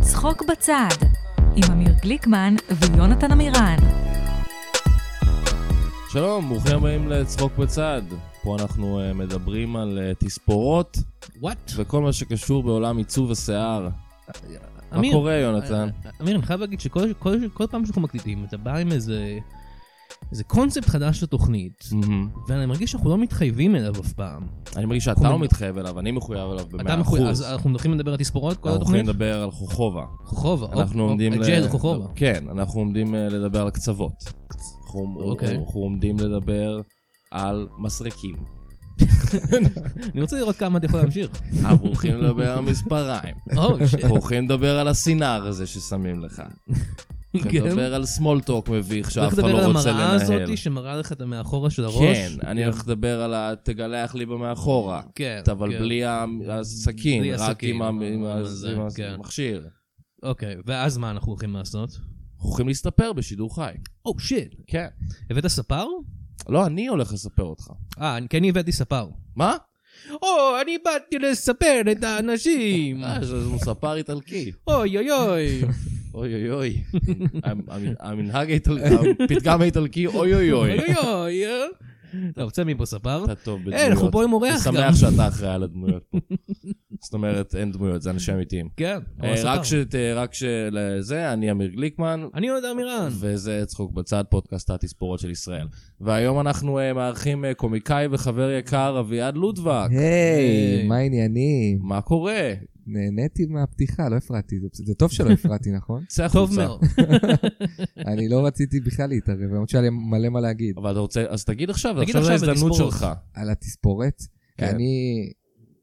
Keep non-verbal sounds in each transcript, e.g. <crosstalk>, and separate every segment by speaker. Speaker 1: צחוק בצד, עם אמיר גליקמן ויונתן עמירן.
Speaker 2: שלום, ברוכים הבאים לצחוק בצד. פה אנחנו אה, מדברים על אה, תספורות
Speaker 3: וואט?
Speaker 2: וכל מה שקשור בעולם עיצוב השיער. מה
Speaker 3: אמיר, אה,
Speaker 2: קורה, יונתן?
Speaker 3: אמיר, אני חייב להגיד שכל כל- כל פעם שאנחנו מקליטים, אתה בא עם איזה איזה קונספט חדש לתוכנית,
Speaker 2: מהמם.
Speaker 3: ואני מרגיש שאנחנו לא מתחייבים אליו אף פעם.
Speaker 2: אני מרגיש שאתה
Speaker 3: אנחנו
Speaker 2: לא
Speaker 3: מד-
Speaker 2: מתחייב אליו, אני מחויב אליו ב-100%.
Speaker 3: אתה מחויב, אז אנחנו הולכים לדבר על תספורות כל
Speaker 2: אנחנו הולכים
Speaker 3: התוכנית?
Speaker 2: לדבר על חוכובה.
Speaker 3: חוכובה. אוקיי.
Speaker 2: אנחנו עומדים... ל-
Speaker 3: ג'ל חוכובה.
Speaker 2: כן, אנחנו עומדים אה, לדבר על קצוות. אנחנו
Speaker 3: אוקיי.
Speaker 2: אנחנו עומדים לדבר על מסרקים.
Speaker 3: אני רוצה לראות כמה אתה
Speaker 2: <laughs>
Speaker 3: יכול להמשיך.
Speaker 2: אנחנו הולכים לדבר על מספריים.
Speaker 3: או, שיט.
Speaker 2: אנחנו הולכים לדבר על הסינר הזה ששמים לך.
Speaker 3: כן.
Speaker 2: הולכים לדבר על small talk מביך שאף
Speaker 3: הולך
Speaker 2: אחד לא
Speaker 3: לדבר
Speaker 2: רוצה
Speaker 3: על
Speaker 2: לנהל.
Speaker 3: המראה הזאת שמראה לך את המאחורה של הראש.
Speaker 2: כן, אני הולך לדבר על ה... תגלח לי במאחורה.
Speaker 3: כן.
Speaker 2: אבל
Speaker 3: כן.
Speaker 2: בלי ה-
Speaker 3: בלי
Speaker 2: הסכין, רק
Speaker 3: הסכין,
Speaker 2: עם ה- עם ה-
Speaker 3: זה,
Speaker 2: עם
Speaker 3: כן.
Speaker 2: המכשיר. אנחנו
Speaker 3: אוקיי, ואז מה אנחנו הולכים לעשות?
Speaker 2: הולכים להסתפר בשידור חי.
Speaker 3: או, שיט.
Speaker 2: כן.
Speaker 3: הבאת ספר?
Speaker 2: לא, אני הולך לספר אותך.
Speaker 3: אה, אני- כן הבאתי ספר.
Speaker 2: מה?
Speaker 3: או, אני באתי לספר את האנשים.
Speaker 2: אה, זה זה ספר איטלקי.
Speaker 3: אוי אוי אוי.
Speaker 2: אוי אוי
Speaker 3: <laughs>
Speaker 2: אוי. המ- המ- המנהג האיטלקי, הפתגם האיטלקי, אוי אוי אוי.
Speaker 3: אוי אוי. אה? טוב, צא מפה ספר.
Speaker 2: אתה טוב בדמויות.
Speaker 3: אה, אנחנו פה עם אורח
Speaker 2: אני
Speaker 3: גם.
Speaker 2: שמח שאתה אחראי על הדמויות
Speaker 3: <laughs>
Speaker 2: פה. זאת אומרת, אין דמויות, זה אנשים אמיתיים.
Speaker 3: כן.
Speaker 2: אה,
Speaker 3: אבל
Speaker 2: רק
Speaker 3: ספר.
Speaker 2: ש... רק שזה, אני אמיר גליקמן,
Speaker 3: אני יונתן
Speaker 2: <laughs>
Speaker 4: כן.
Speaker 3: מירן.
Speaker 2: וזה צחוק בצד, פודקאסט התספורות של ישראל. והיום אנחנו אה, מארחים אה, קומיקאי וחבר יקר, אביעד לודבק. אה,
Speaker 3: היי.
Speaker 2: אוקיי.
Speaker 4: היי, מה העניינים?
Speaker 2: מה קורה?
Speaker 4: נהניתי מהפתיחה, לא הפרעתי. זה- זה טוב שלא הפרעתי, <laughs> נכון?
Speaker 2: צא החוצה.
Speaker 3: טוב מאוד.
Speaker 4: אני לא רציתי בכלל להתערב, למרות שהיה לי מלא מה להגיד.
Speaker 2: אבל אתה רוצה, אז תגיד עכשיו,
Speaker 3: תגיד
Speaker 2: עכשיו זו
Speaker 3: עכשיו
Speaker 2: ההזדמנות
Speaker 3: ותספורות.
Speaker 2: שלך.
Speaker 4: על התספורת, כי
Speaker 2: כן.
Speaker 4: אני...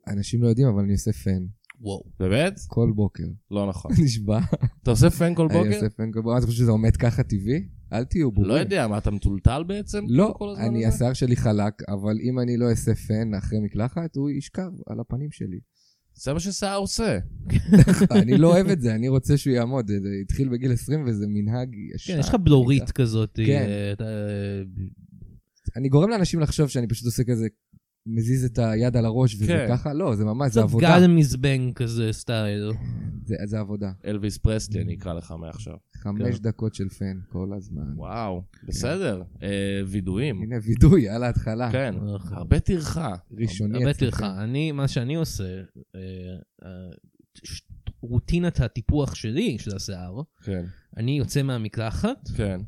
Speaker 4: אנשים לא יודעים, אבל אני עושה פן.
Speaker 3: וואו.
Speaker 2: באמת?
Speaker 4: כל בוקר. <laughs>
Speaker 2: לא נכון.
Speaker 4: נשבע.
Speaker 2: אתה עושה פן כל
Speaker 4: אני
Speaker 2: בוקר?
Speaker 4: עושה פן כל בוקר. אתה חושב שזה עומד ככה טבעי? אל תהיו בורים.
Speaker 2: לא יודע, מה, אתה מטולטל בעצם?
Speaker 4: לא,
Speaker 2: כל הזמן
Speaker 4: אני,
Speaker 2: הזה?
Speaker 4: השיער שלי חלק, אבל אם אני לא אעשה פן אחרי מקלחת, הוא ישכב על הפנים שלי. <laughs>
Speaker 2: זה מה ששיער עושה.
Speaker 4: אני לא אוהב את זה, אני רוצה שהוא יעמוד. זה זה התחיל בגיל 20 וזה מנהג ישן.
Speaker 3: כן, יש לך בלורית כזאת.
Speaker 4: כן.
Speaker 3: אה, אתה, אה,
Speaker 4: אני גורם לאנשים לחשוב שאני פשוט עושה כזה, מזיז את היד על הראש וזה
Speaker 2: כן.
Speaker 4: ככה, לא, זה ממש, זה
Speaker 3: קצת
Speaker 4: עבודה.
Speaker 3: גל מזבנג כזה סטייל.
Speaker 4: זה, זה עבודה.
Speaker 2: אלוויס פרסלי, אני אקרא לך מעכשיו.
Speaker 4: חמש
Speaker 2: כן.
Speaker 4: דקות של פן כל הזמן.
Speaker 2: וואו, בסדר. אה, וידויים.
Speaker 4: כן. הנה וידוי על ההתחלה.
Speaker 2: כן. הרבה טרחה.
Speaker 4: ראשוני.
Speaker 3: הרבה
Speaker 4: אצלכם.
Speaker 3: טרחה. אני, מה שאני עושה, אה, אה, ש- רוטינת הטיפוח שלי, של השיער,
Speaker 2: כן.
Speaker 3: אני יוצא מהמקלחת,
Speaker 2: כן.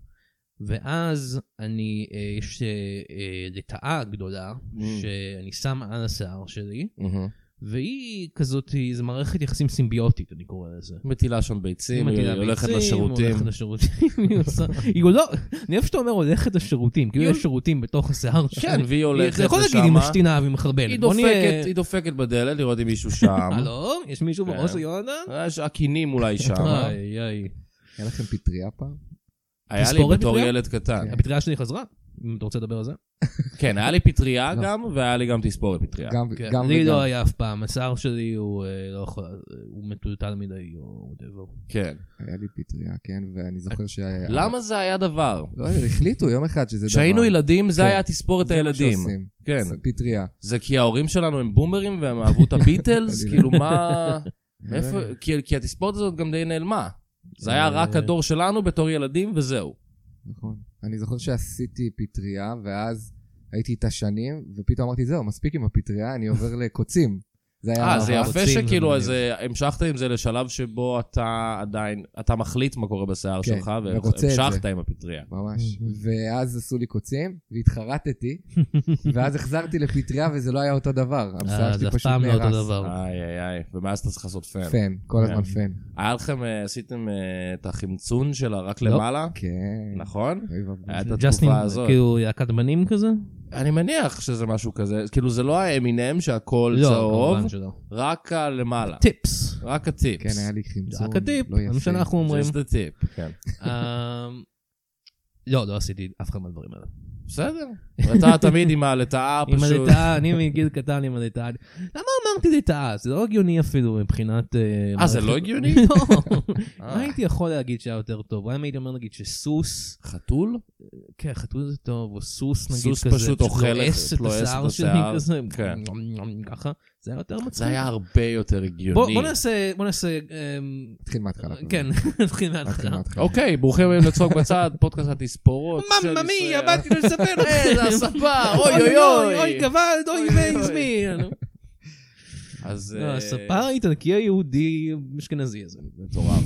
Speaker 3: ואז אני, אה, יש אה, אה, לטאה גדולה
Speaker 2: Mm.
Speaker 3: שאני שם על השיער שלי,
Speaker 2: מהמם.
Speaker 3: והיא כזאת, זו מערכת יחסים סימביוטית, אני קורא לזה.
Speaker 2: מטילה שם ביצים,
Speaker 3: היא
Speaker 2: היא
Speaker 3: מטילה
Speaker 2: הולכת
Speaker 3: ביצים,
Speaker 2: לשירותים.
Speaker 3: הולכת לשירותים, היא עושה... היא לא... אני אוהב שאתה אומר הולכת לשירותים, כאילו
Speaker 2: היא-
Speaker 3: יש שירותים בתוך השיער שלי.
Speaker 2: כן, והיא הולכת
Speaker 3: אתה יכול להגיד היא
Speaker 2: לשמה.
Speaker 3: משתינה והיא מחרבנת.
Speaker 2: היא
Speaker 3: בוא נהיה-
Speaker 2: דופקת, היא דופקת בדלת לראות אם מישהו שם.
Speaker 3: <laughs> הלו? יש מישהו
Speaker 2: כן.
Speaker 3: בראש של יונתן?
Speaker 2: יש הקינים אולי שם.
Speaker 3: <laughs> איי, איי.
Speaker 4: היה לכם פטריה פעם?
Speaker 2: היה לי
Speaker 3: תספורת
Speaker 2: בתור
Speaker 3: פטריה? כן.
Speaker 2: ילד קטן.
Speaker 3: הפטריה שלי חזרה, אם אתה רוצה לדבר על זה.
Speaker 2: כן, היה לי פטריה
Speaker 4: לא.
Speaker 2: גם, והיה לי גם תספורת פטריה.
Speaker 4: גם
Speaker 3: כן.
Speaker 4: גם
Speaker 3: לי לא
Speaker 4: וגם.
Speaker 3: היה אף פעם, השיער שלי הוא אה, לא יכול, הוא מטולטל מדי או whatever.
Speaker 2: כן.
Speaker 4: היה לי פטריה, כן, ואני זוכר שהיה...
Speaker 2: למה זה היה דבר?
Speaker 4: לא, החליטו יום אחד שזה דבר.
Speaker 2: כשהיינו ילדים, זה
Speaker 4: כן.
Speaker 2: היה תספורת הילדים.
Speaker 4: שעושים.
Speaker 2: כן.
Speaker 4: זה פטריה.
Speaker 2: זה כי ההורים שלנו הם בומרים והם אהבו את הביטלס?
Speaker 4: אני לא-
Speaker 2: כאילו, מה... מאיפה...
Speaker 4: אה.
Speaker 2: כי- כי התספורת הזאת גם די נעלמה. זה היה
Speaker 3: אה.
Speaker 2: רק הדור שלנו בתור ילדים, וזהו.
Speaker 4: נכון. אני זוכר שעשיתי פטריה, ואז הייתי איתה שנים, ופתאום אמרתי, זהו, מספיק עם הפטריה, אני עובר לקוצים. זה היה...
Speaker 2: אה, זה
Speaker 3: אבל
Speaker 2: יפה
Speaker 3: רוצים
Speaker 2: שכאילו,
Speaker 3: ומגניב.
Speaker 2: אז אה, המשכת עם זה לשלב שבו אתה עדיין, אתה מחליט מה קורה בשיער
Speaker 4: כן,
Speaker 2: שלך,
Speaker 4: ורוצה את
Speaker 2: והמשכת
Speaker 4: זה.
Speaker 2: עם הפטריה.
Speaker 4: ממש. ואז עשו לי קוצים,
Speaker 3: <laughs>
Speaker 4: והתחרטתי, ואז החזרתי לפטריה, וזה לא היה אותו דבר.
Speaker 3: אה,
Speaker 4: המשיער
Speaker 3: זה
Speaker 4: שלי
Speaker 3: אף
Speaker 4: פשוט
Speaker 3: פעם לא אותו
Speaker 4: נהרס.
Speaker 3: דבר.
Speaker 2: איי, איי, איי, ומאז אתה צריך לעשות פן.
Speaker 4: פן, כל הזמן
Speaker 2: כן.
Speaker 4: פן.
Speaker 2: היה לכם, אה, עשיתם אה, את החמצון שלה רק
Speaker 3: לא.
Speaker 2: למעלה?
Speaker 4: כן.
Speaker 2: נכון?
Speaker 4: אוי ואבוי.
Speaker 2: היה את
Speaker 3: ג'סטין,
Speaker 2: התקופה הזאת.
Speaker 3: כאילו להקת בנים כזה?
Speaker 2: אני מניח שזה משהו כזה, כאילו זה לא האמינם שהכל צהוב,
Speaker 3: לא, כמובן שלא.
Speaker 2: רק הלמעלה.
Speaker 3: טיפס.
Speaker 2: רק הטיפס.
Speaker 4: כן, היה לי חמצון.
Speaker 3: רק הטיפ,
Speaker 4: לא יפה.
Speaker 3: זה מה שאנחנו אומרים.
Speaker 2: זה טיפ, כן.
Speaker 3: <laughs> אמ, לא, לא עשיתי אף אחד מהדברים האלה.
Speaker 2: בסדר. אתה תמיד עם הלטאה
Speaker 3: עם
Speaker 2: אה, פשוט.
Speaker 3: הלטאה, אני מגיל קטן עם הלטאה. למה אמרתי לטאה, זה לא הגיוני אפילו מבחינת...
Speaker 2: אה, זה לא הגיוני?
Speaker 3: <laughs> לא.
Speaker 2: אה.
Speaker 3: מה הייתי יכול להגיד שהיה יותר טוב? אולי אם הייתי אומר נגיד שסוס,
Speaker 2: חתול?
Speaker 3: כן, חתול זה טוב, או סוס נגיד
Speaker 2: סוס
Speaker 3: כזה,
Speaker 2: פשוט אוכל את-
Speaker 3: לועס את
Speaker 2: לועס את
Speaker 3: השיער שלי
Speaker 2: השיער,
Speaker 3: כזה,
Speaker 2: כן.
Speaker 3: ככה, זה היה יותר מצחיק.
Speaker 2: זה היה הרבה יותר
Speaker 3: בוא
Speaker 2: הגיוני.
Speaker 3: בוא נעשה, בוא נעשה, אמ,
Speaker 4: נתחיל מההתחלה. כזה.
Speaker 3: כן, <laughs> נתחיל
Speaker 4: נתחיל
Speaker 3: מההתחלה.
Speaker 4: מההתחלה.
Speaker 2: אוקיי, ברוכים הבאים לצחוק בצד, פודקאסט התספורות. של
Speaker 3: ממא מיה,
Speaker 2: ישראל.
Speaker 3: באתי לספר
Speaker 2: <laughs> אה, זה הספר, אוי אוי
Speaker 3: אוי,
Speaker 2: אוי.
Speaker 3: אוי, גוואלד, אוי,
Speaker 2: אוי, אוי.
Speaker 3: וייז מי.
Speaker 2: אז...
Speaker 3: לא,
Speaker 2: אה,
Speaker 3: הספר האיטלקי היהודי אשכנזי הזה.
Speaker 2: מטורף.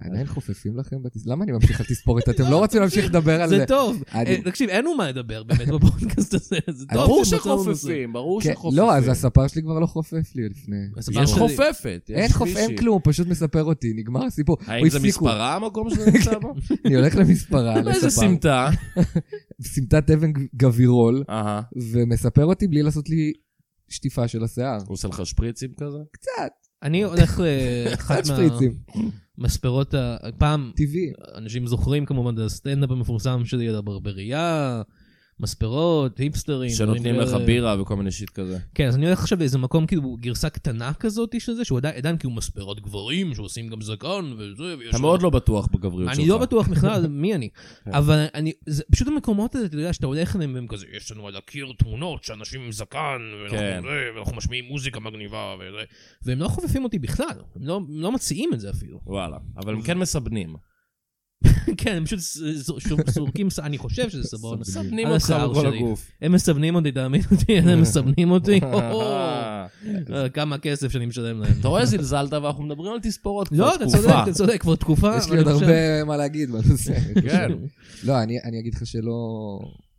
Speaker 4: עדיין חופפים לכם? בתס- למה אני ממשיך על תספורת? אתם לא רוצים להמשיך לדבר על זה.
Speaker 3: זה טוב.
Speaker 4: אני-
Speaker 3: אה, תקשיב, אין לנו מה לדבר באמת בפודקאסט הזה, זה טוב.
Speaker 2: ברור
Speaker 3: זה מצב מצב.
Speaker 2: שחופפים, ברור
Speaker 4: כן,
Speaker 2: שחופפים.
Speaker 4: לא, אז הספר שלי כבר לא חופף לי לפני.
Speaker 3: הספר
Speaker 2: יש
Speaker 3: שלי.
Speaker 2: חופפת, יש
Speaker 4: אין חופף, אין
Speaker 2: מישהי.
Speaker 4: כלום, הוא פשוט מספר אותי, נגמר הסיפור.
Speaker 2: האם
Speaker 4: הוא
Speaker 2: זה
Speaker 4: הפסיקו.
Speaker 2: מספרה המקום שזה נמצא
Speaker 4: <laughs>
Speaker 2: בו?
Speaker 4: אני הולך
Speaker 3: <laughs>
Speaker 4: למספרה,
Speaker 2: איזה
Speaker 4: לספר.
Speaker 2: סמטה?
Speaker 4: סמטת אבן גבירול,
Speaker 2: אהה.
Speaker 4: ומספר אותי בלי לעשות לי שטיפה של השיער.
Speaker 2: הוא עושה לך שפריצים כזה?
Speaker 4: קצת,
Speaker 3: אני הולך
Speaker 2: <laughs>
Speaker 3: לאחת
Speaker 4: קצת שפריצים,
Speaker 3: מהמספרות, ה- פעם
Speaker 4: טבעי.
Speaker 3: אנשים זוכרים כמובן את הסטנדאפ המפורסם שלי על הברברייה, מספרות, היפסטרים.
Speaker 2: שנותנים
Speaker 3: דברים
Speaker 2: לך
Speaker 3: כאלה.
Speaker 2: בירה וכל מיני שיט כזה.
Speaker 3: כן, אז אני הולך עכשיו לאיזה מקום, כאילו, גרסה קטנה כזאת של זה, שהוא עדיין, עדיין כאילו מספרות גברים, שעושים גם זקן וזה, ויש...
Speaker 2: אתה מאוד לא בטוח בגבריות שלך.
Speaker 3: אני לא בטוח בכלל
Speaker 2: <laughs>
Speaker 3: מי אני,
Speaker 2: כן.
Speaker 3: אבל אני, זה פשוט המקומות האלה, אתה יודע, שאתה הולך אליהם והם כזה, יש לנו על הקיר תמונות שאנשים עם זקן, ואנחנו
Speaker 2: כן.
Speaker 3: זה, ואנחנו משמיעים מוזיקה מגניבה וזה, והם לא חופפים אותי בכלל, הם לא, הם לא מציעים את זה אפילו. <laughs>
Speaker 2: וואלה, אבל הם כן מסבנים.
Speaker 3: כן, הם פשוט ס- זו- שו- סורקים, ס- אני חושב שזה סבון.
Speaker 2: מסבנים
Speaker 3: על
Speaker 2: אותך
Speaker 3: השיער
Speaker 2: בכל
Speaker 3: שלי.
Speaker 2: הגוף.
Speaker 3: הם מסבנים אותי, תאמין אותי, <laughs> הם מסבנים אותי, אה, כמה כסף שאני משלם להם.
Speaker 2: <laughs> אתה רואה, זלזלת, ואנחנו מדברים על תספורות
Speaker 3: לא,
Speaker 2: כבר
Speaker 3: אתה
Speaker 2: תקופה.
Speaker 3: צודק, אתה צודק, כבר תקופה.
Speaker 4: יש לי עוד
Speaker 3: אבל אני
Speaker 4: הרבה מה להגיד בנושא.
Speaker 2: <laughs> כן.
Speaker 4: <laughs> לא, אני אני אגיד לך שלא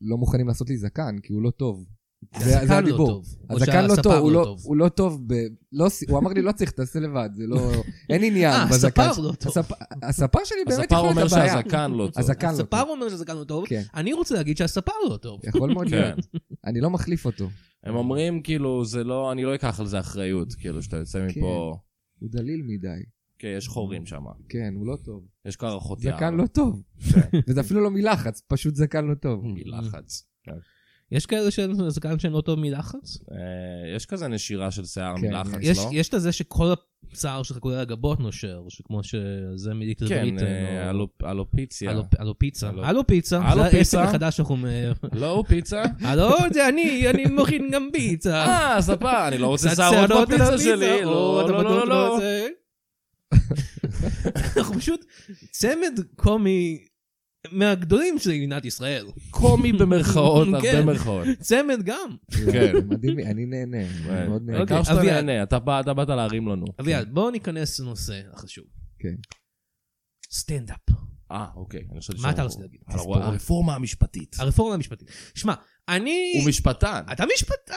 Speaker 4: לא מוכנים לעשות לי זקן, כי הוא לא טוב. זה-
Speaker 3: חושב-
Speaker 4: זה
Speaker 3: הזקן לא
Speaker 4: הדיבור.
Speaker 3: טוב, או
Speaker 4: הזקן לא
Speaker 3: שהספר
Speaker 4: טוב, הוא
Speaker 3: לא
Speaker 4: לא-
Speaker 3: טוב.
Speaker 4: הוא לא טוב, ב... לא עושים- הוא אמר לי לא צריך, תעשה לבד, זה לא...
Speaker 3: <laughs>
Speaker 4: אין עניין
Speaker 3: אה,
Speaker 4: בזקן.
Speaker 3: הספר לא טוב.
Speaker 4: הספ- הספר שלי באמת
Speaker 2: הספר
Speaker 4: יכול
Speaker 2: אומר
Speaker 4: להיות הבעיה.
Speaker 2: שהזקן לא טוב.
Speaker 4: הזקן לא
Speaker 3: הספר
Speaker 4: טוב.
Speaker 3: אומר שהזקן לא טוב,
Speaker 4: כן.
Speaker 3: אני רוצה להגיד שהספר לא טוב.
Speaker 4: יכול מאוד
Speaker 2: כן.
Speaker 4: להיות. אני לא מחליף אותו,
Speaker 2: הם אומרים, כאילו, זה לא, אני לא אקח על זה אחריות, כאילו, שאתה
Speaker 3: כן.
Speaker 2: יוצא מפה...
Speaker 4: הוא דליל מדי.
Speaker 2: כן, יש חורים שם.
Speaker 4: כן, הוא לא טוב.
Speaker 2: יש קרחות יער.
Speaker 4: זקן לא טוב.
Speaker 3: כן.
Speaker 4: וזה אפילו לא מלחץ, פשוט זקן לא טוב.
Speaker 2: מלחץ.
Speaker 3: יש כאלה שהם זקן שהם לא טוב מלחץ?
Speaker 2: אה, יש כזה נשירה של שיער
Speaker 4: כן,
Speaker 2: מלחץ,
Speaker 3: יש-
Speaker 2: לא?
Speaker 3: יש את זה שכל השיער שלך כולל הגבות נושר, שכמו שזה מליטר
Speaker 2: כן,
Speaker 3: בליטר.
Speaker 2: אה,
Speaker 3: או-
Speaker 2: אלופ- אלופיציה.
Speaker 3: הלו- הלו פיצה.
Speaker 2: הלו-
Speaker 3: הלו פיצה.
Speaker 2: הלו
Speaker 3: זה העסק
Speaker 2: פיצה.
Speaker 3: החדש שאנחנו... מ-
Speaker 2: לא,
Speaker 3: <laughs>
Speaker 2: פיצה?
Speaker 3: הלו, זה אני, אני מכין גם <laughs> פיצה.
Speaker 2: אה, ספה, אני לא רוצה
Speaker 3: קצת
Speaker 2: שערות
Speaker 3: שערות על
Speaker 2: בפיצה
Speaker 3: הפיצה.
Speaker 2: שלי.
Speaker 3: או,
Speaker 2: לא,
Speaker 3: אתה
Speaker 2: לא,
Speaker 3: בטוח
Speaker 2: לא, לא.
Speaker 3: רוצה? <laughs> אנחנו פשוט צמד קומי מהגדולים של מדינת ישראל.
Speaker 2: קומי במרכאות,
Speaker 3: כן.
Speaker 2: במרכאות.
Speaker 3: צמד גם.
Speaker 2: כן. אוקיי.
Speaker 4: זה <laughs> מדהים, אני נהנה, אני מאוד נהנה.
Speaker 2: העיקר שאתה
Speaker 3: אביעד.
Speaker 2: נהנה, אתה בא- אתה באת להרים לנו.
Speaker 3: אביעד, בואו ניכנס לנושא החשוב.
Speaker 4: כן.
Speaker 3: סטנדאפ.
Speaker 2: אה, אוקיי. אני חושב
Speaker 3: מה
Speaker 2: שהוא-
Speaker 3: אתה רוצה להגיד?
Speaker 2: על הרוע- הרפורמה המשפטית.
Speaker 3: הרפורמה המשפטית. שמע, אני...
Speaker 2: הוא משפטן.
Speaker 3: אתה משפטן.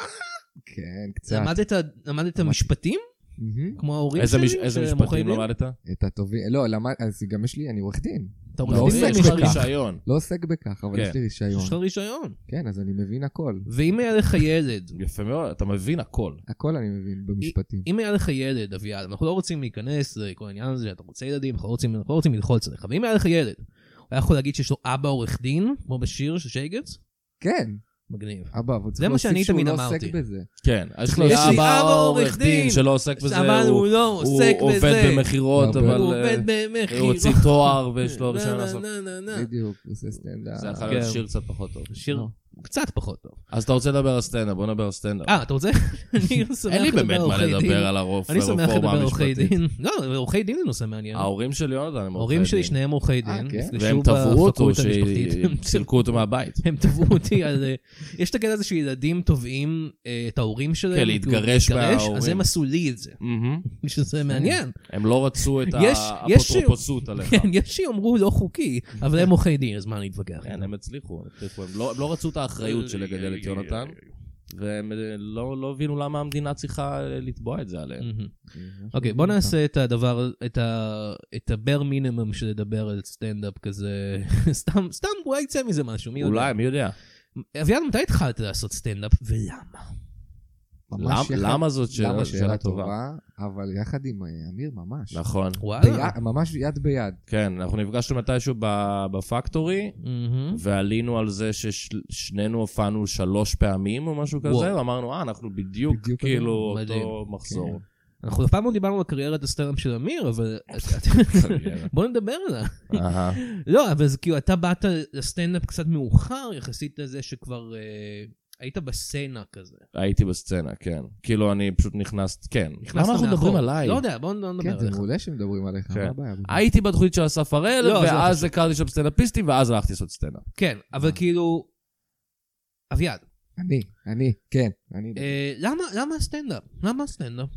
Speaker 4: כן, קצת.
Speaker 3: למדת, למדת משפטים?
Speaker 4: מהמם.
Speaker 3: כמו ההורים
Speaker 2: איזה
Speaker 3: שלי?
Speaker 2: מש- איזה
Speaker 3: שהם עורכי
Speaker 2: משפטים
Speaker 3: דין?
Speaker 2: למדת?
Speaker 4: את הטובים, לא, למה, אז גם יש לי, אני עורך דין.
Speaker 3: אתה
Speaker 2: לא,
Speaker 3: עורך דין?
Speaker 2: יש
Speaker 4: יש
Speaker 2: לך
Speaker 4: לי כך.
Speaker 2: רישיון.
Speaker 4: לא עוסק בכך, אבל
Speaker 2: כן.
Speaker 4: יש לי רישיון.
Speaker 3: יש לך רישיון.
Speaker 4: כן, אז אני מבין הכל.
Speaker 3: ואם היה לך ילד,
Speaker 2: יפה מאוד, אתה מבין הכל.
Speaker 4: הכל אני מבין במשפטים.
Speaker 3: אם היה לך ילד, אביעד, אנחנו לא רוצים להיכנס לכל העניין הזה, אתה רוצה ילדים, אנחנו לא רוצים, אנחנו לא רוצים ללחוץ עליך, ואם היה לך ילד, הוא היה יכול להגיד שיש לו אבא עורך דין, כמו בשיר של שייגץ?
Speaker 4: כן,
Speaker 3: מגניב.
Speaker 4: אבא, אבל
Speaker 3: מה
Speaker 4: צריך להוסיף
Speaker 3: שאני
Speaker 4: שהוא
Speaker 3: תמיד
Speaker 4: לא עוסק
Speaker 3: אמרתי.
Speaker 4: בזה.
Speaker 2: כן, יש
Speaker 4: לי
Speaker 2: לי אבא
Speaker 3: אבא
Speaker 2: עורך
Speaker 3: עורך
Speaker 2: דין
Speaker 3: דין,
Speaker 2: שלא עוסק בזה,
Speaker 3: אבל הוא לא
Speaker 2: הוא
Speaker 3: עוסק
Speaker 2: עובד
Speaker 3: בזה.
Speaker 2: במכירות,
Speaker 4: הוא
Speaker 2: אבל
Speaker 3: הוא
Speaker 2: אה,
Speaker 3: עובד לא, במחיר.
Speaker 2: הוא הוציא תואר ויש לו
Speaker 3: <laughs>
Speaker 2: רישיון
Speaker 3: נה,
Speaker 2: לעשות.
Speaker 3: נה, נה, נה, נה.
Speaker 4: בדיוק, הוא עושה סטנדאפ.
Speaker 2: אה.
Speaker 4: אה,
Speaker 2: זה יכול
Speaker 3: כן.
Speaker 2: להיות שיר קצת פחות טוב.
Speaker 3: שיר קצת פחות טוב.
Speaker 2: אז אתה רוצה לדבר על סטנדאפ, בוא נדבר על סטנדאפ. <laughs>
Speaker 3: אה, אתה רוצה? אני שמח
Speaker 2: אין לי
Speaker 3: לדבר
Speaker 2: באמת מה
Speaker 3: עורכי דין.
Speaker 2: לדבר על הרוב-
Speaker 3: אני שמח לדבר
Speaker 2: הרפורמה
Speaker 3: על עורכי
Speaker 2: המשפטית.
Speaker 3: דין. לא, אבל עורכי דין זה נושא מעניין.
Speaker 2: ההורים של יונתן הם עורכי
Speaker 3: ההורים שלי
Speaker 2: דין.
Speaker 3: שניהם עורכי
Speaker 4: אה,
Speaker 3: דין,
Speaker 4: כן?
Speaker 2: והם
Speaker 3: נפגשו
Speaker 2: תבעו אותו,
Speaker 3: בפקולטה המשפטית. <laughs> הם
Speaker 2: שסילקו אותו מהבית.
Speaker 3: הם תבעו אותי על... אה, יש את הקטע הזה שילדים תובעים אה, את ההורים שלהם.
Speaker 2: כן,
Speaker 3: כי הוא
Speaker 2: להתגרש מההורים. כן.
Speaker 3: אז הם עשו לי את זה,
Speaker 2: מהמם.
Speaker 3: שזה מעניין.
Speaker 2: <laughs> הם לא רצו את
Speaker 3: יש- יש שיר-
Speaker 2: האפוטרופסות
Speaker 3: <laughs>
Speaker 2: עליך.
Speaker 3: כן, יש שיאמרו לא חוקי, אבל הם עורכי דין, אז מה אני אתווכח?
Speaker 2: כן, הם הצליחו, הם הצליחו. הם לא- הם לא רצו את האחריות של לגדל את יונתן, והם אה, לא לא הבינו למה המדינה צריכה אה, לתבוע את זה עליהם.
Speaker 3: מהמם. אוקיי, בוא נעשה את הדבר, את ה- את הבר מינימום של לדבר על סטנדאפ כזה, <laughs> סתם, סתם אולי יצא מזה משהו, מי יודע.
Speaker 2: אולי, מי יודע.
Speaker 3: אביעד, מתי התחלת לעשות סטנדאפ ולמה?
Speaker 4: ממש
Speaker 2: למ-
Speaker 4: יחד-
Speaker 2: למה זאת שאלה- שאלה טובה?
Speaker 4: אבל יחד עם אה, אמיר, ממש.
Speaker 2: נכון.
Speaker 3: וואלה.
Speaker 4: ביד- ממש יד ביד.
Speaker 2: כן, אנחנו נפגשנו מתישהו ב-
Speaker 3: Mm-hmm.
Speaker 2: בפקטורי,
Speaker 3: מהמם.
Speaker 2: ועלינו על זה ששנינו הופענו שלוש פעמים או משהו כזה,
Speaker 3: וואו.
Speaker 2: ואמרנו, אה, אנחנו בדיוק
Speaker 4: בדיוק
Speaker 2: כאילו
Speaker 3: מדהים.
Speaker 2: אותו מחזור.
Speaker 3: אנחנו אף פעם לא דיברנו על קריירת הסטנדאפ של
Speaker 2: <laughs>
Speaker 3: אמיר, אבל... כן.
Speaker 2: כן.
Speaker 3: בוא נדבר עליה.
Speaker 2: אהה.
Speaker 3: לא, אבל זה כאילו, אתה באת לסטנדאפ קצת מאוחר יחסית לזה שכבר אה, היית בסצנה כזה.
Speaker 2: הייתי בסצנה, כן. כאילו, אני פשוט נכנס, כן.
Speaker 3: נכנסת
Speaker 2: למה אנחנו
Speaker 3: מאחור.
Speaker 2: מדברים עליי?
Speaker 3: לא יודע, בוא נדבר
Speaker 4: כן, זה
Speaker 3: עליך.
Speaker 4: מעולה שמדברים עליך,
Speaker 2: כן.
Speaker 4: מה הבעיה?
Speaker 2: הייתי בתוכנית של אסף הראל,
Speaker 3: לא, זה לא
Speaker 2: ואז הכרתי שם סטנדאפיסטים, ואז הלכתי לעשות סטנדאפ.
Speaker 3: כן, אבל
Speaker 4: אה.
Speaker 3: כאילו... אביעד,
Speaker 4: אני, אני, כן, אני.
Speaker 3: אה, למה- למה הסטנדאפ? למה הסטנדאפ?